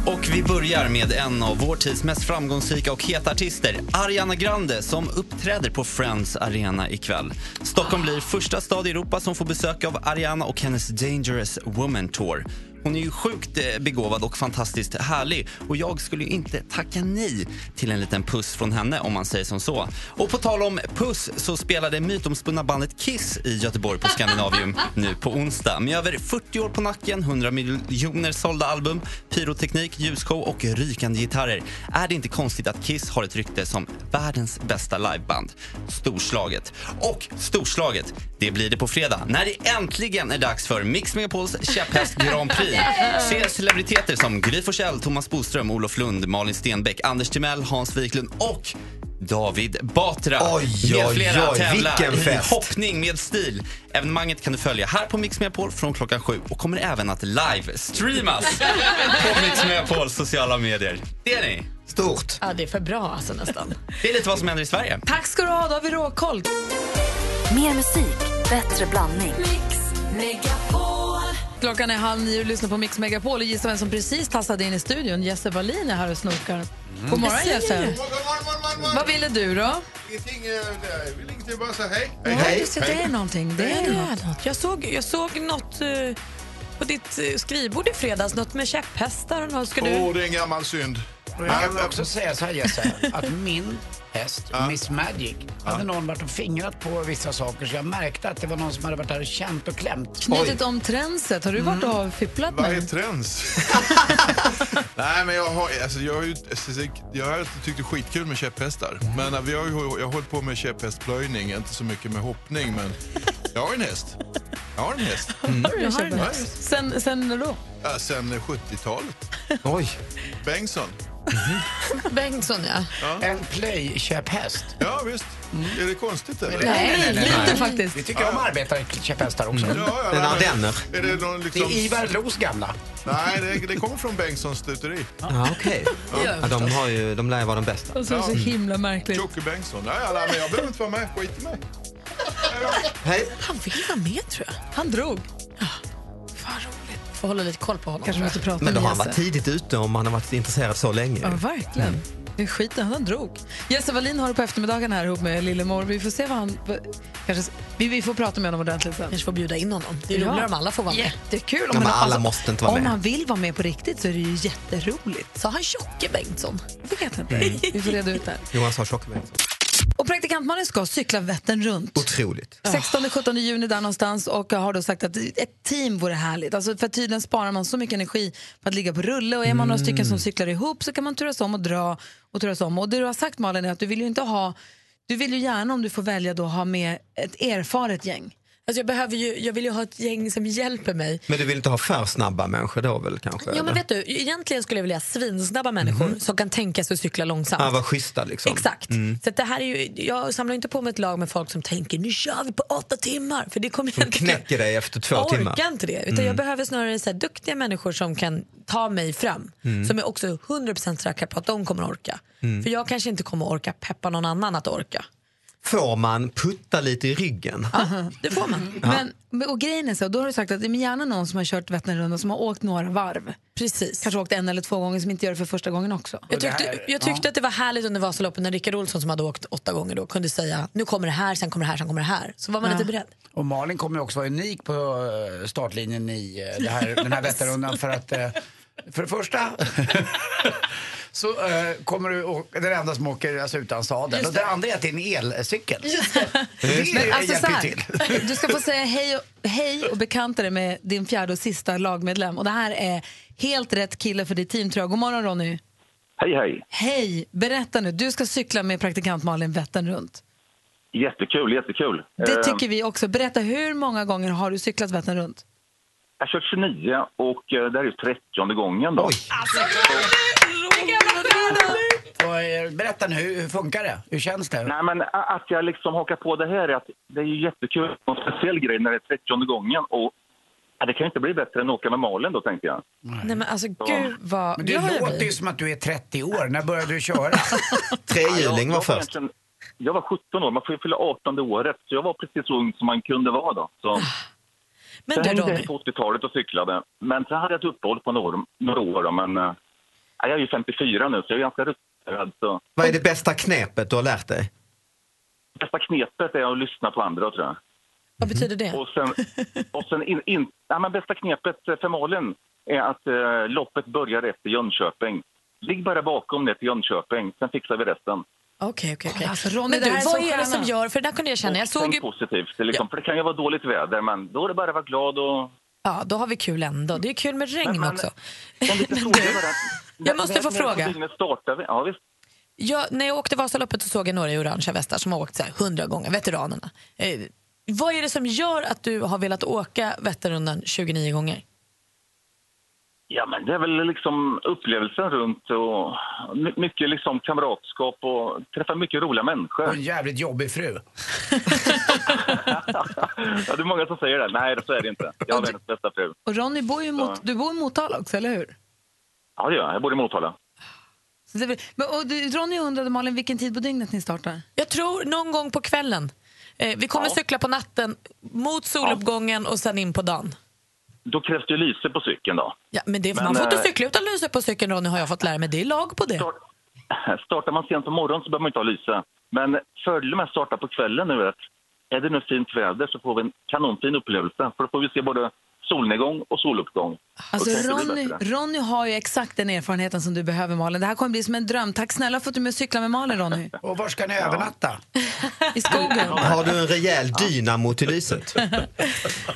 Speaker 19: Och vi börjar med en av vår tids mest framgångsrika och heta artister, Ariana Grande, som uppträder på Friends Arena ikväll. Stockholm blir första stad i Europa som får besök av Ariana och hennes Dangerous Woman Tour. Hon är ju sjukt eh, begåvad och fantastiskt härlig och jag skulle ju inte tacka nej till en liten puss från henne om man säger som så. Och på tal om puss så spelade mytomspunna bandet Kiss i Göteborg på Scandinavium nu på onsdag. Med över 40 år på nacken, 100 miljoner sålda album, pyroteknik, ljusshow och rykande gitarrer är det inte konstigt att Kiss har ett rykte som världens bästa liveband. Storslaget. Och storslaget, det blir det på fredag när det äntligen är dags för Mix Megapols käpphäst Grand Prix. Se celebriteter som Gry Forssell, Thomas Boström, Olof Lund, Malin Stenbeck, Anders Timell, Hans Wiklund och David Batra
Speaker 16: Oj,
Speaker 19: med
Speaker 16: oj,
Speaker 19: flera
Speaker 16: oj,
Speaker 19: tävla
Speaker 16: vilken
Speaker 19: i
Speaker 16: fest.
Speaker 19: hoppning med stil. Evenemanget kan du följa här på Mix Megapol från klockan sju och kommer även att live-streamas på Mix Megapols sociala medier. Det är ni.
Speaker 16: Stort.
Speaker 5: Ja, det är för bra alltså nästan.
Speaker 19: Det är lite vad som händer i Sverige.
Speaker 18: Tack ska du ha, då har vi råkoll.
Speaker 7: Mer musik, bättre blandning.
Speaker 18: Klockan är halv nio och lyssnar på Mix Megapol och gissa vem som precis tassade in i studion. Jesse Wallin är här och snokar.
Speaker 20: Mm.
Speaker 18: God morgon
Speaker 13: Jag
Speaker 18: Jesse.
Speaker 13: säger det.
Speaker 18: Vad ville du då?
Speaker 20: Ingenting, eh, jag vill ingenting, bara säga hej.
Speaker 18: Ja, du ser, det är någonting. Det är något.
Speaker 5: Jag såg, jag såg något eh, på ditt eh, skrivbord i fredags, något med käpphästar. och något. Ska
Speaker 20: Åh,
Speaker 5: du...
Speaker 20: det är en gammal synd.
Speaker 2: Och jag kan väl också säga så här Jesse, att min häst, Miss Magic, hade någon varit och fingrat på vissa saker så jag märkte att det var någon som hade varit där och känt och klämt.
Speaker 1: Knutit om tränset, har du varit och avfipplat
Speaker 20: Mm. Vad är
Speaker 1: den?
Speaker 20: trends? Nej, men jag har, alltså, jag, har ju, jag har alltid tyckt det är skitkul med käpphästar. Men eh, vi har ju, jag har hållit på med käpphästplöjning, inte så mycket med hoppning, men jag har en häst. Jag har en häst.
Speaker 5: Mm.
Speaker 1: Jag har den här.
Speaker 20: Ja,
Speaker 1: Sen, sen när då?
Speaker 20: Ja, sen eh, 70-talet.
Speaker 16: Oj.
Speaker 20: Bengtsson.
Speaker 5: Bengtsson, ja.
Speaker 2: En plöjkäpphäst.
Speaker 20: Ja, visst. Är det konstigt eller?
Speaker 2: Nej, nej, nej, nej. lite
Speaker 1: faktiskt.
Speaker 2: Vi tycker om arbetarkäpphästar också.
Speaker 20: Mm. Ja, ja,
Speaker 16: En
Speaker 20: nej, men-
Speaker 16: ardenner.
Speaker 20: Är det, någon, liksom...
Speaker 2: Det är Ivar Los gamla.
Speaker 20: Nej, det, det kommer från Bengtssons stuteri.
Speaker 16: Ja, okej. Ja, de, har ju, de lär ju vara de bästa.
Speaker 1: Och så är det så himla märkligt.
Speaker 20: Jocke Bengtsson. Nej, ja, nej, men jag behöver inte vara med. Skit i mig.
Speaker 16: Hej.
Speaker 5: Han vill vara med, tror jag.
Speaker 1: Han drog.
Speaker 5: Fan, Ah, roligt. Får hålla lite koll på honom.
Speaker 1: Kanske
Speaker 5: tror jag.
Speaker 1: måste prata
Speaker 16: Men då
Speaker 1: med
Speaker 16: har han varit Mm.
Speaker 1: Jesse.
Speaker 16: tidigt ute om han har varit intresserad så länge.
Speaker 1: Ja, verkligen. Det skiter han, han drog. Jesse Wallin har det på eftermiddagen här ihop med Lillemor. Vi får se vad han... Kanske, vi, vi får prata med honom ordentligt sen.
Speaker 5: Kanske får bjuda in honom. Det är roligare om alla får vara med.
Speaker 1: Jättekul.
Speaker 16: Ja, men alla måste inte vara
Speaker 1: om
Speaker 16: med.
Speaker 1: han vill vara med på riktigt så är det ju jätteroligt.
Speaker 5: Sa han Tjocke Bengtsson?
Speaker 1: Jag vet inte. Vi får reda ut det här.
Speaker 16: Johan sa Tjockberg.
Speaker 1: Och praktikantmannen ska cykla Vättern runt.
Speaker 16: Otroligt.
Speaker 5: Ah.
Speaker 1: 16-17 juni där någonstans och jag har då sagt att ett team vore härligt. Alltså för tydligen sparar man så mycket energi på att ligga på rulle och är man
Speaker 5: Mm.
Speaker 1: några stycken som cyklar ihop så kan man turas om och dra och turas om. Och det du har sagt Malin är att du vill ju inte ha, du vill ju gärna om du får välja då ha med ett erfaret gäng.
Speaker 5: Alltså jag, behöver ju, jag vill ju ha ett gäng som hjälper mig.
Speaker 16: Men du vill inte ha för snabba människor då väl kanske?
Speaker 5: Ja,
Speaker 16: eller?
Speaker 5: men vet du, egentligen skulle jag vilja ha svinsnabba människor som kan tänka sig att cykla långsamt.
Speaker 16: Ja, var schyssta liksom.
Speaker 5: Exakt.
Speaker 16: Mm.
Speaker 5: Så att det här är ju, jag samlar inte på mig ett lag med folk som tänker nu kör vi på åtta timmar. För det kommer jag inte
Speaker 16: Knäcker dig efter två
Speaker 5: jag
Speaker 16: timmar.
Speaker 5: orkar inte det. Utan
Speaker 16: Mm.
Speaker 5: Jag behöver snarare så här, duktiga människor som kan ta mig fram.
Speaker 16: Mm.
Speaker 5: Som är också 100% säkra på att de kommer att orka.
Speaker 16: Mm.
Speaker 5: För jag kanske inte kommer att orka peppa någon annan att orka.
Speaker 16: Får man putta lite i ryggen?
Speaker 5: Det får man.
Speaker 16: Ja.
Speaker 1: Men, och grejen är så, då har du sagt att det är gärna någon som har kört Vätternrundan som har åkt några varv.
Speaker 5: Precis.
Speaker 1: Kanske åkt en eller två gånger som inte gör det för första gången också.
Speaker 5: Jag tyckte, jag tyckte att det var härligt under Vasaloppet när Rickard Olsson som hade åkt åtta gånger då kunde säga nu kommer det här, sen kommer det här, sen kommer det här. Så var man
Speaker 1: Ja.
Speaker 5: lite beredd.
Speaker 2: Och Malin kommer ju också vara unik på eh, startlinjen i eh, det här, den här Vätternrundan för att eh, för det första så eh, kommer du åka, den enda som åker alltså utan sadel
Speaker 1: Just
Speaker 2: och det
Speaker 1: det.
Speaker 2: andra är att det är en elcykel. Det,
Speaker 1: Men alltså så
Speaker 2: hjälper ju
Speaker 1: här,
Speaker 2: till.
Speaker 1: du ska få säga hej och, hej och bekanta dig med din fjärde och sista lagmedlem. Och det här är helt rätt kille för ditt team tror jag. God morgon Ronny.
Speaker 21: Hej, hej.
Speaker 1: Hej, berätta nu. Du ska cykla med praktikant Malin Vättern runt.
Speaker 21: Jättekul, jättekul. Eh,
Speaker 1: Det tycker vi också. Berätta, hur många gånger har du cyklat Vättern runt?
Speaker 21: Jag har kört 29 och eh, det här är 30 gången. Då.
Speaker 1: Alltså,
Speaker 2: Och, eh, berätta nu, hur, hur funkar det? Hur känns det?
Speaker 21: Nej, men a- att jag liksom hakar på det här är att det är ju jättekul. En speciell grej när det är 30 gången. Och, ja, det kan ju inte bli bättre än att åka med Malin då, tänkte jag.
Speaker 5: Nej men alltså gud vad...
Speaker 2: Men det
Speaker 5: Jag har ju-
Speaker 2: låter ju som att du är 30 år. När började du köra?
Speaker 21: Trehjuling var först. Jag var 17 år, man får ju fylla 18 det året. Så jag var precis så ung som man kunde vara då. Så.
Speaker 5: Men
Speaker 21: Sen
Speaker 5: du,
Speaker 21: hängde jag
Speaker 5: Ronny.
Speaker 21: på 80-talet och cyklade. Men sen hade jag ett uppehåll på några, några år. Då, men, eh, jag är ju 54 nu, så jag är ganska rutinerad. Så.
Speaker 16: Vad är det bästa knepet du har lärt dig?
Speaker 21: bästa knepet är att lyssna på andra, tror jag.
Speaker 5: Vad betyder det?
Speaker 21: Och sen, och sen in, in, ja, men bästa knepet eh, för Malin är att eh, loppet börjar efter Jönköping. Ligg bara bakom det till Jönköping, sen fixar vi resten.
Speaker 5: Okej, okej, okej.
Speaker 1: Alltså, Ronny,
Speaker 5: Men
Speaker 1: det
Speaker 5: du,
Speaker 1: här är
Speaker 5: vad
Speaker 1: så
Speaker 5: är det
Speaker 1: stjärna.
Speaker 5: som gör... För det där kunde jag känna. Jag såg ju...
Speaker 21: Tänk positivt, liksom, för det kan ju vara dåligt väder, men då är det bara att vara glad och...
Speaker 5: Ja, då har vi kul ändå. Det är kul med regn också.
Speaker 21: Men
Speaker 5: du, jag måste få fråga.
Speaker 21: Startar vi. Ja, visst.
Speaker 5: Jag, när jag åkte Vasaloppet så såg jag några i orangea västar som har åkt så här hundra gånger, veteranerna. Eh, vad är det som gör att du har velat åka Vätternrundan 29 gånger?
Speaker 21: Ja, men det är väl liksom upplevelsen runt och my- mycket liksom kamratskap och träffa mycket roliga människor.
Speaker 2: Och en jävligt jobbig fru.
Speaker 21: Ja, det är många som säger det. Nej, så är det inte. Jag har världens bästa fru.
Speaker 1: Och Ronny, bor ju mot,
Speaker 21: Ja.
Speaker 1: du bor i Motala också, eller hur?
Speaker 21: Ja, det gör jag. Jag bor i Motala.
Speaker 1: Så det, men, och du, Ronny undrade Malin vilken tid på dygnet ni startar.
Speaker 5: Jag tror någon gång på kvällen. Eh, vi kommer cykla på natten mot soluppgången och sen in på dagen.
Speaker 21: Då krävs det ju lyse på cykeln då.
Speaker 5: Ja, men det,
Speaker 21: Men,
Speaker 5: man får inte
Speaker 21: eh,
Speaker 5: cykla utan lyse på cykeln Ronny har jag fått lära mig. Det är lag på det.
Speaker 21: Startar man sent på morgonen så behöver man inte ha lyse. Men fördelen med att starta på kvällen nu är att är det nu fint väder så får vi en kanonfin upplevelse. För då får vi se både solnedgång och soluppgång.
Speaker 1: Alltså
Speaker 21: Och sen så blir det
Speaker 1: Ronny,
Speaker 21: bättre.
Speaker 1: Ronny har ju exakt den erfarenheten som du behöver Malin. Det här kommer bli som en dröm. Tack snälla för att du är med och cyklar med Malin Ronny.
Speaker 2: Och var ska ni övernatta?
Speaker 1: I skogen.
Speaker 16: Har du en rejäl dynamo till lyset?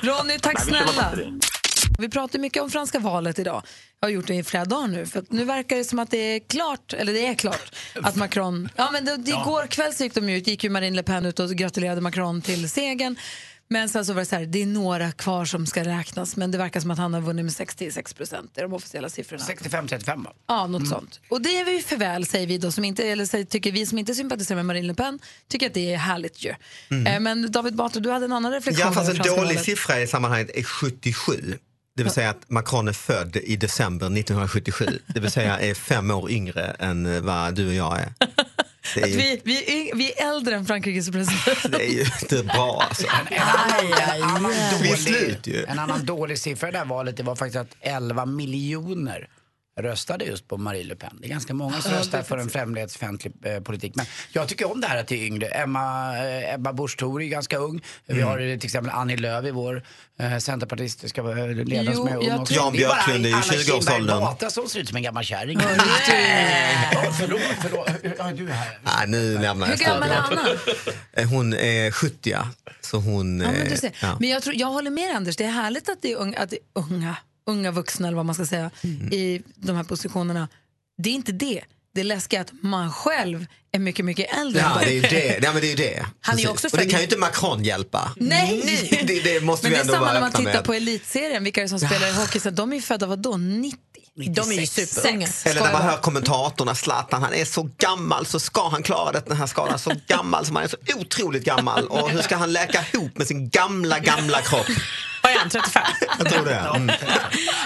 Speaker 1: Ronny, tack
Speaker 16: Nej, vi kör
Speaker 1: snälla.
Speaker 16: batteri.
Speaker 1: Vi pratar mycket om franska valet idag. Jag har gjort det i flera dagar nu. För att nu verkar det som att det är klart, eller det är klart, att Macron... Ja, men det, det,
Speaker 15: Ja.
Speaker 1: Igår kväll så gick de ju ut, gick ju Marine Le Pen ut och gratulerade Macron till segern. Men sen så var det så här, det är några kvar som ska räknas. Men det verkar som att han har vunnit med 66 procent. Det är de officiella siffrorna.
Speaker 2: 65-35 va?
Speaker 1: Ja,
Speaker 16: Mm.
Speaker 1: något sånt. Och det är vi för väl, säger vi då, som inte, eller säger, tycker vi som inte sympatiserar med Marine Le Pen, tycker att det är härligt ju.
Speaker 16: Mm.
Speaker 1: Eh, Men David Batra, du hade en annan reflektion.
Speaker 16: Ja, fast
Speaker 1: över
Speaker 16: en
Speaker 1: franska
Speaker 16: dålig
Speaker 1: valet.
Speaker 16: siffra i sammanhanget är 77. Det vill säga att Macron är född i december 1977. Det vill säga är fem år yngre än vad du och jag är. Det är
Speaker 1: Att
Speaker 16: ju,
Speaker 1: vi, vi, är, yng- vi är äldre än Frankrikes president.
Speaker 16: det är ju inte bra alltså.
Speaker 2: En annan,
Speaker 16: Det är slut ju.
Speaker 2: dålig, en annan dålig siffra i det här valet det var faktiskt att 11 miljoner röstade just på Marie Le Pen. Det är ganska många som
Speaker 22: Ja,
Speaker 2: röstar
Speaker 22: det
Speaker 2: för en främlingsfientlig eh, politik. Men jag tycker om det här att det är yngre. Emma, eh, Ebba Busch Thor är ganska ung. Vi
Speaker 16: Mm.
Speaker 2: har eh, till exempel Annie Lööf i vår eh, centerpartistiska eh, ledare som är
Speaker 16: jag
Speaker 2: ung också.
Speaker 16: tror- Jan
Speaker 2: Det är bara
Speaker 16: Björklund är ju
Speaker 2: Anna
Speaker 16: 20-årsåldern.
Speaker 2: Kinberg Batra som ser ut som en gammal kärring. Ja, förlåt, förlåt. Ja, du är här.
Speaker 16: Nej, nu lämnar jag
Speaker 1: Hur gammal är
Speaker 16: studion. Eh, Hon är 70, ja. så hon...
Speaker 1: Ja, men, du
Speaker 16: eh,
Speaker 1: ser.
Speaker 16: ja.
Speaker 1: men jag, tror, jag håller med dig, Anders, det är härligt att det är unga, att det är unga, unga vuxna eller vad man ska säga
Speaker 16: Mm.
Speaker 1: i de här positionerna. Det är inte det. Det läskiga är att man själv är mycket, mycket äldre.
Speaker 16: Ja, det är ju det. Ja, men det, är ju det.
Speaker 1: Han är ju
Speaker 16: Precis.
Speaker 1: också
Speaker 16: Och det
Speaker 1: född i-
Speaker 16: kan ju inte Macron hjälpa.
Speaker 1: Nej!
Speaker 16: Det, det måste
Speaker 1: Men
Speaker 16: vi
Speaker 1: det är
Speaker 16: ändå
Speaker 1: samma
Speaker 16: vara
Speaker 1: när man
Speaker 16: öppna
Speaker 1: tittar
Speaker 16: med.
Speaker 1: på elitserien, vilka är det som spelar i hockey? Så de är ju födda, vadå, 90?
Speaker 5: De är ju superunga.
Speaker 16: Eller när man hör kommentatorerna, Zlatan, han är så gammal så ska han klara det, den här skadan. Så gammal som han är, så otroligt gammal. Och hur ska han läka ihop med sin gamla, gamla kropp?
Speaker 5: Vad är han, 35?
Speaker 16: Jag tror det. Mm.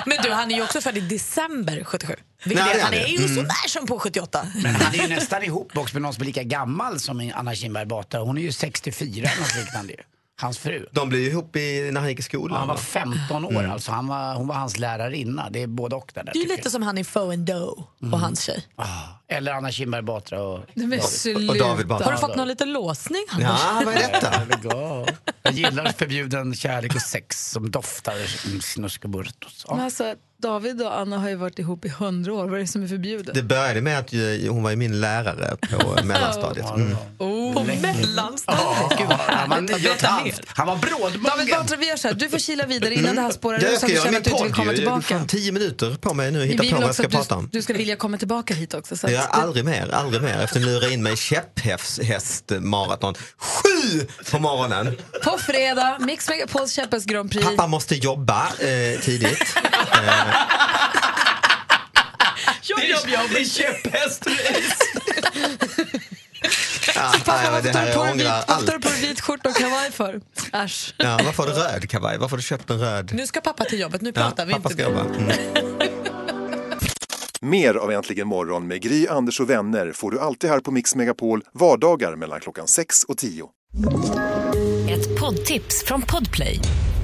Speaker 5: Men du, han är ju också född i december 77. Vilket
Speaker 2: Nej,
Speaker 5: är,
Speaker 2: det
Speaker 5: att
Speaker 2: är
Speaker 5: han är
Speaker 2: det.
Speaker 5: ju
Speaker 2: Mm.
Speaker 5: sådär som på 78.
Speaker 2: Men han är ju nästan ihop också med någon som är lika gammal som Anna Kinberg Batra. Hon är ju 64 eller något liknande ju. Hans fru.
Speaker 16: De blev ju ihop i, när han gick i skolan.
Speaker 2: Han var
Speaker 16: va?
Speaker 2: 15 år
Speaker 16: Mm.
Speaker 2: alltså. Han var, hon var hans lärarinna. Det är både och där. där
Speaker 5: Det är ju
Speaker 2: tycker
Speaker 5: lite som han i Foe and Doe och hans tjej.
Speaker 2: jag. Ah, Eller Anna Kinberg Batra och,
Speaker 5: Nej, men
Speaker 2: David.
Speaker 5: Har du fått någon liten låsning, Anders?
Speaker 2: Ja, vad är detta? Lägg av. Jag gillar förbjuden kärlek och sex som doftar mm, snusk och burtos.
Speaker 1: Men alltså, David och Anna har ju varit ihop i hundra år. Vad är det som är förbjudet?
Speaker 16: Det började med att ju- hon var ju min lärare på mellanstadiet. Mm.
Speaker 1: Oh, på mellanstadiet? Gud, vad
Speaker 2: Han var nio och ett halvt. Han var
Speaker 1: David
Speaker 2: brådmogen.
Speaker 1: Batra, vi gör så här. Du får kila vidare
Speaker 16: Mm.
Speaker 1: innan det här spårar ur
Speaker 16: Jag
Speaker 1: så
Speaker 16: ska
Speaker 1: att du
Speaker 16: göra
Speaker 1: känner
Speaker 16: min
Speaker 1: att du inte vill
Speaker 16: podd
Speaker 1: komma
Speaker 16: ju. Jag har
Speaker 1: tillbaka.
Speaker 16: fan tio minuter på mig nu att hitta
Speaker 1: Vi
Speaker 16: på
Speaker 1: vill
Speaker 16: vad jag
Speaker 1: också
Speaker 16: ska
Speaker 1: att du,
Speaker 16: prata om.
Speaker 1: du ska vilja komma tillbaka hit också. Så att
Speaker 16: Ja, aldrig mer, aldrig mer. Efter att lura in mig i käpphästmaraton. Sju på morgonen.
Speaker 1: På fredag, Mix Megapols Käppas Grand Prix.
Speaker 16: Pappa måste jobba eh, tidigt.
Speaker 5: Jobb, jobb, jobb.
Speaker 15: Det är käpphästrace.
Speaker 16: Ja, nej,
Speaker 1: Pappa,
Speaker 16: men
Speaker 1: varför
Speaker 16: det
Speaker 1: tar
Speaker 16: här
Speaker 1: du på
Speaker 16: jag
Speaker 1: dig vit-
Speaker 16: ångrar
Speaker 1: varför tar du
Speaker 16: allt.
Speaker 1: på dig vit skjorta och kavaj för? Äsch.
Speaker 16: Ja, varför har du röd kavaj? Varför har du köpt en röd?
Speaker 5: Nu ska pappa till jobbet, nu
Speaker 16: Ja,
Speaker 5: pratar vi
Speaker 16: pappa
Speaker 5: inte.
Speaker 16: ska jobba. Mm.
Speaker 9: Mer av Äntligen morgon med Gry, Anders och vänner får du alltid här på Mix Megapol vardagar mellan klockan 6 och 10.
Speaker 7: Ett poddtips från Podplay.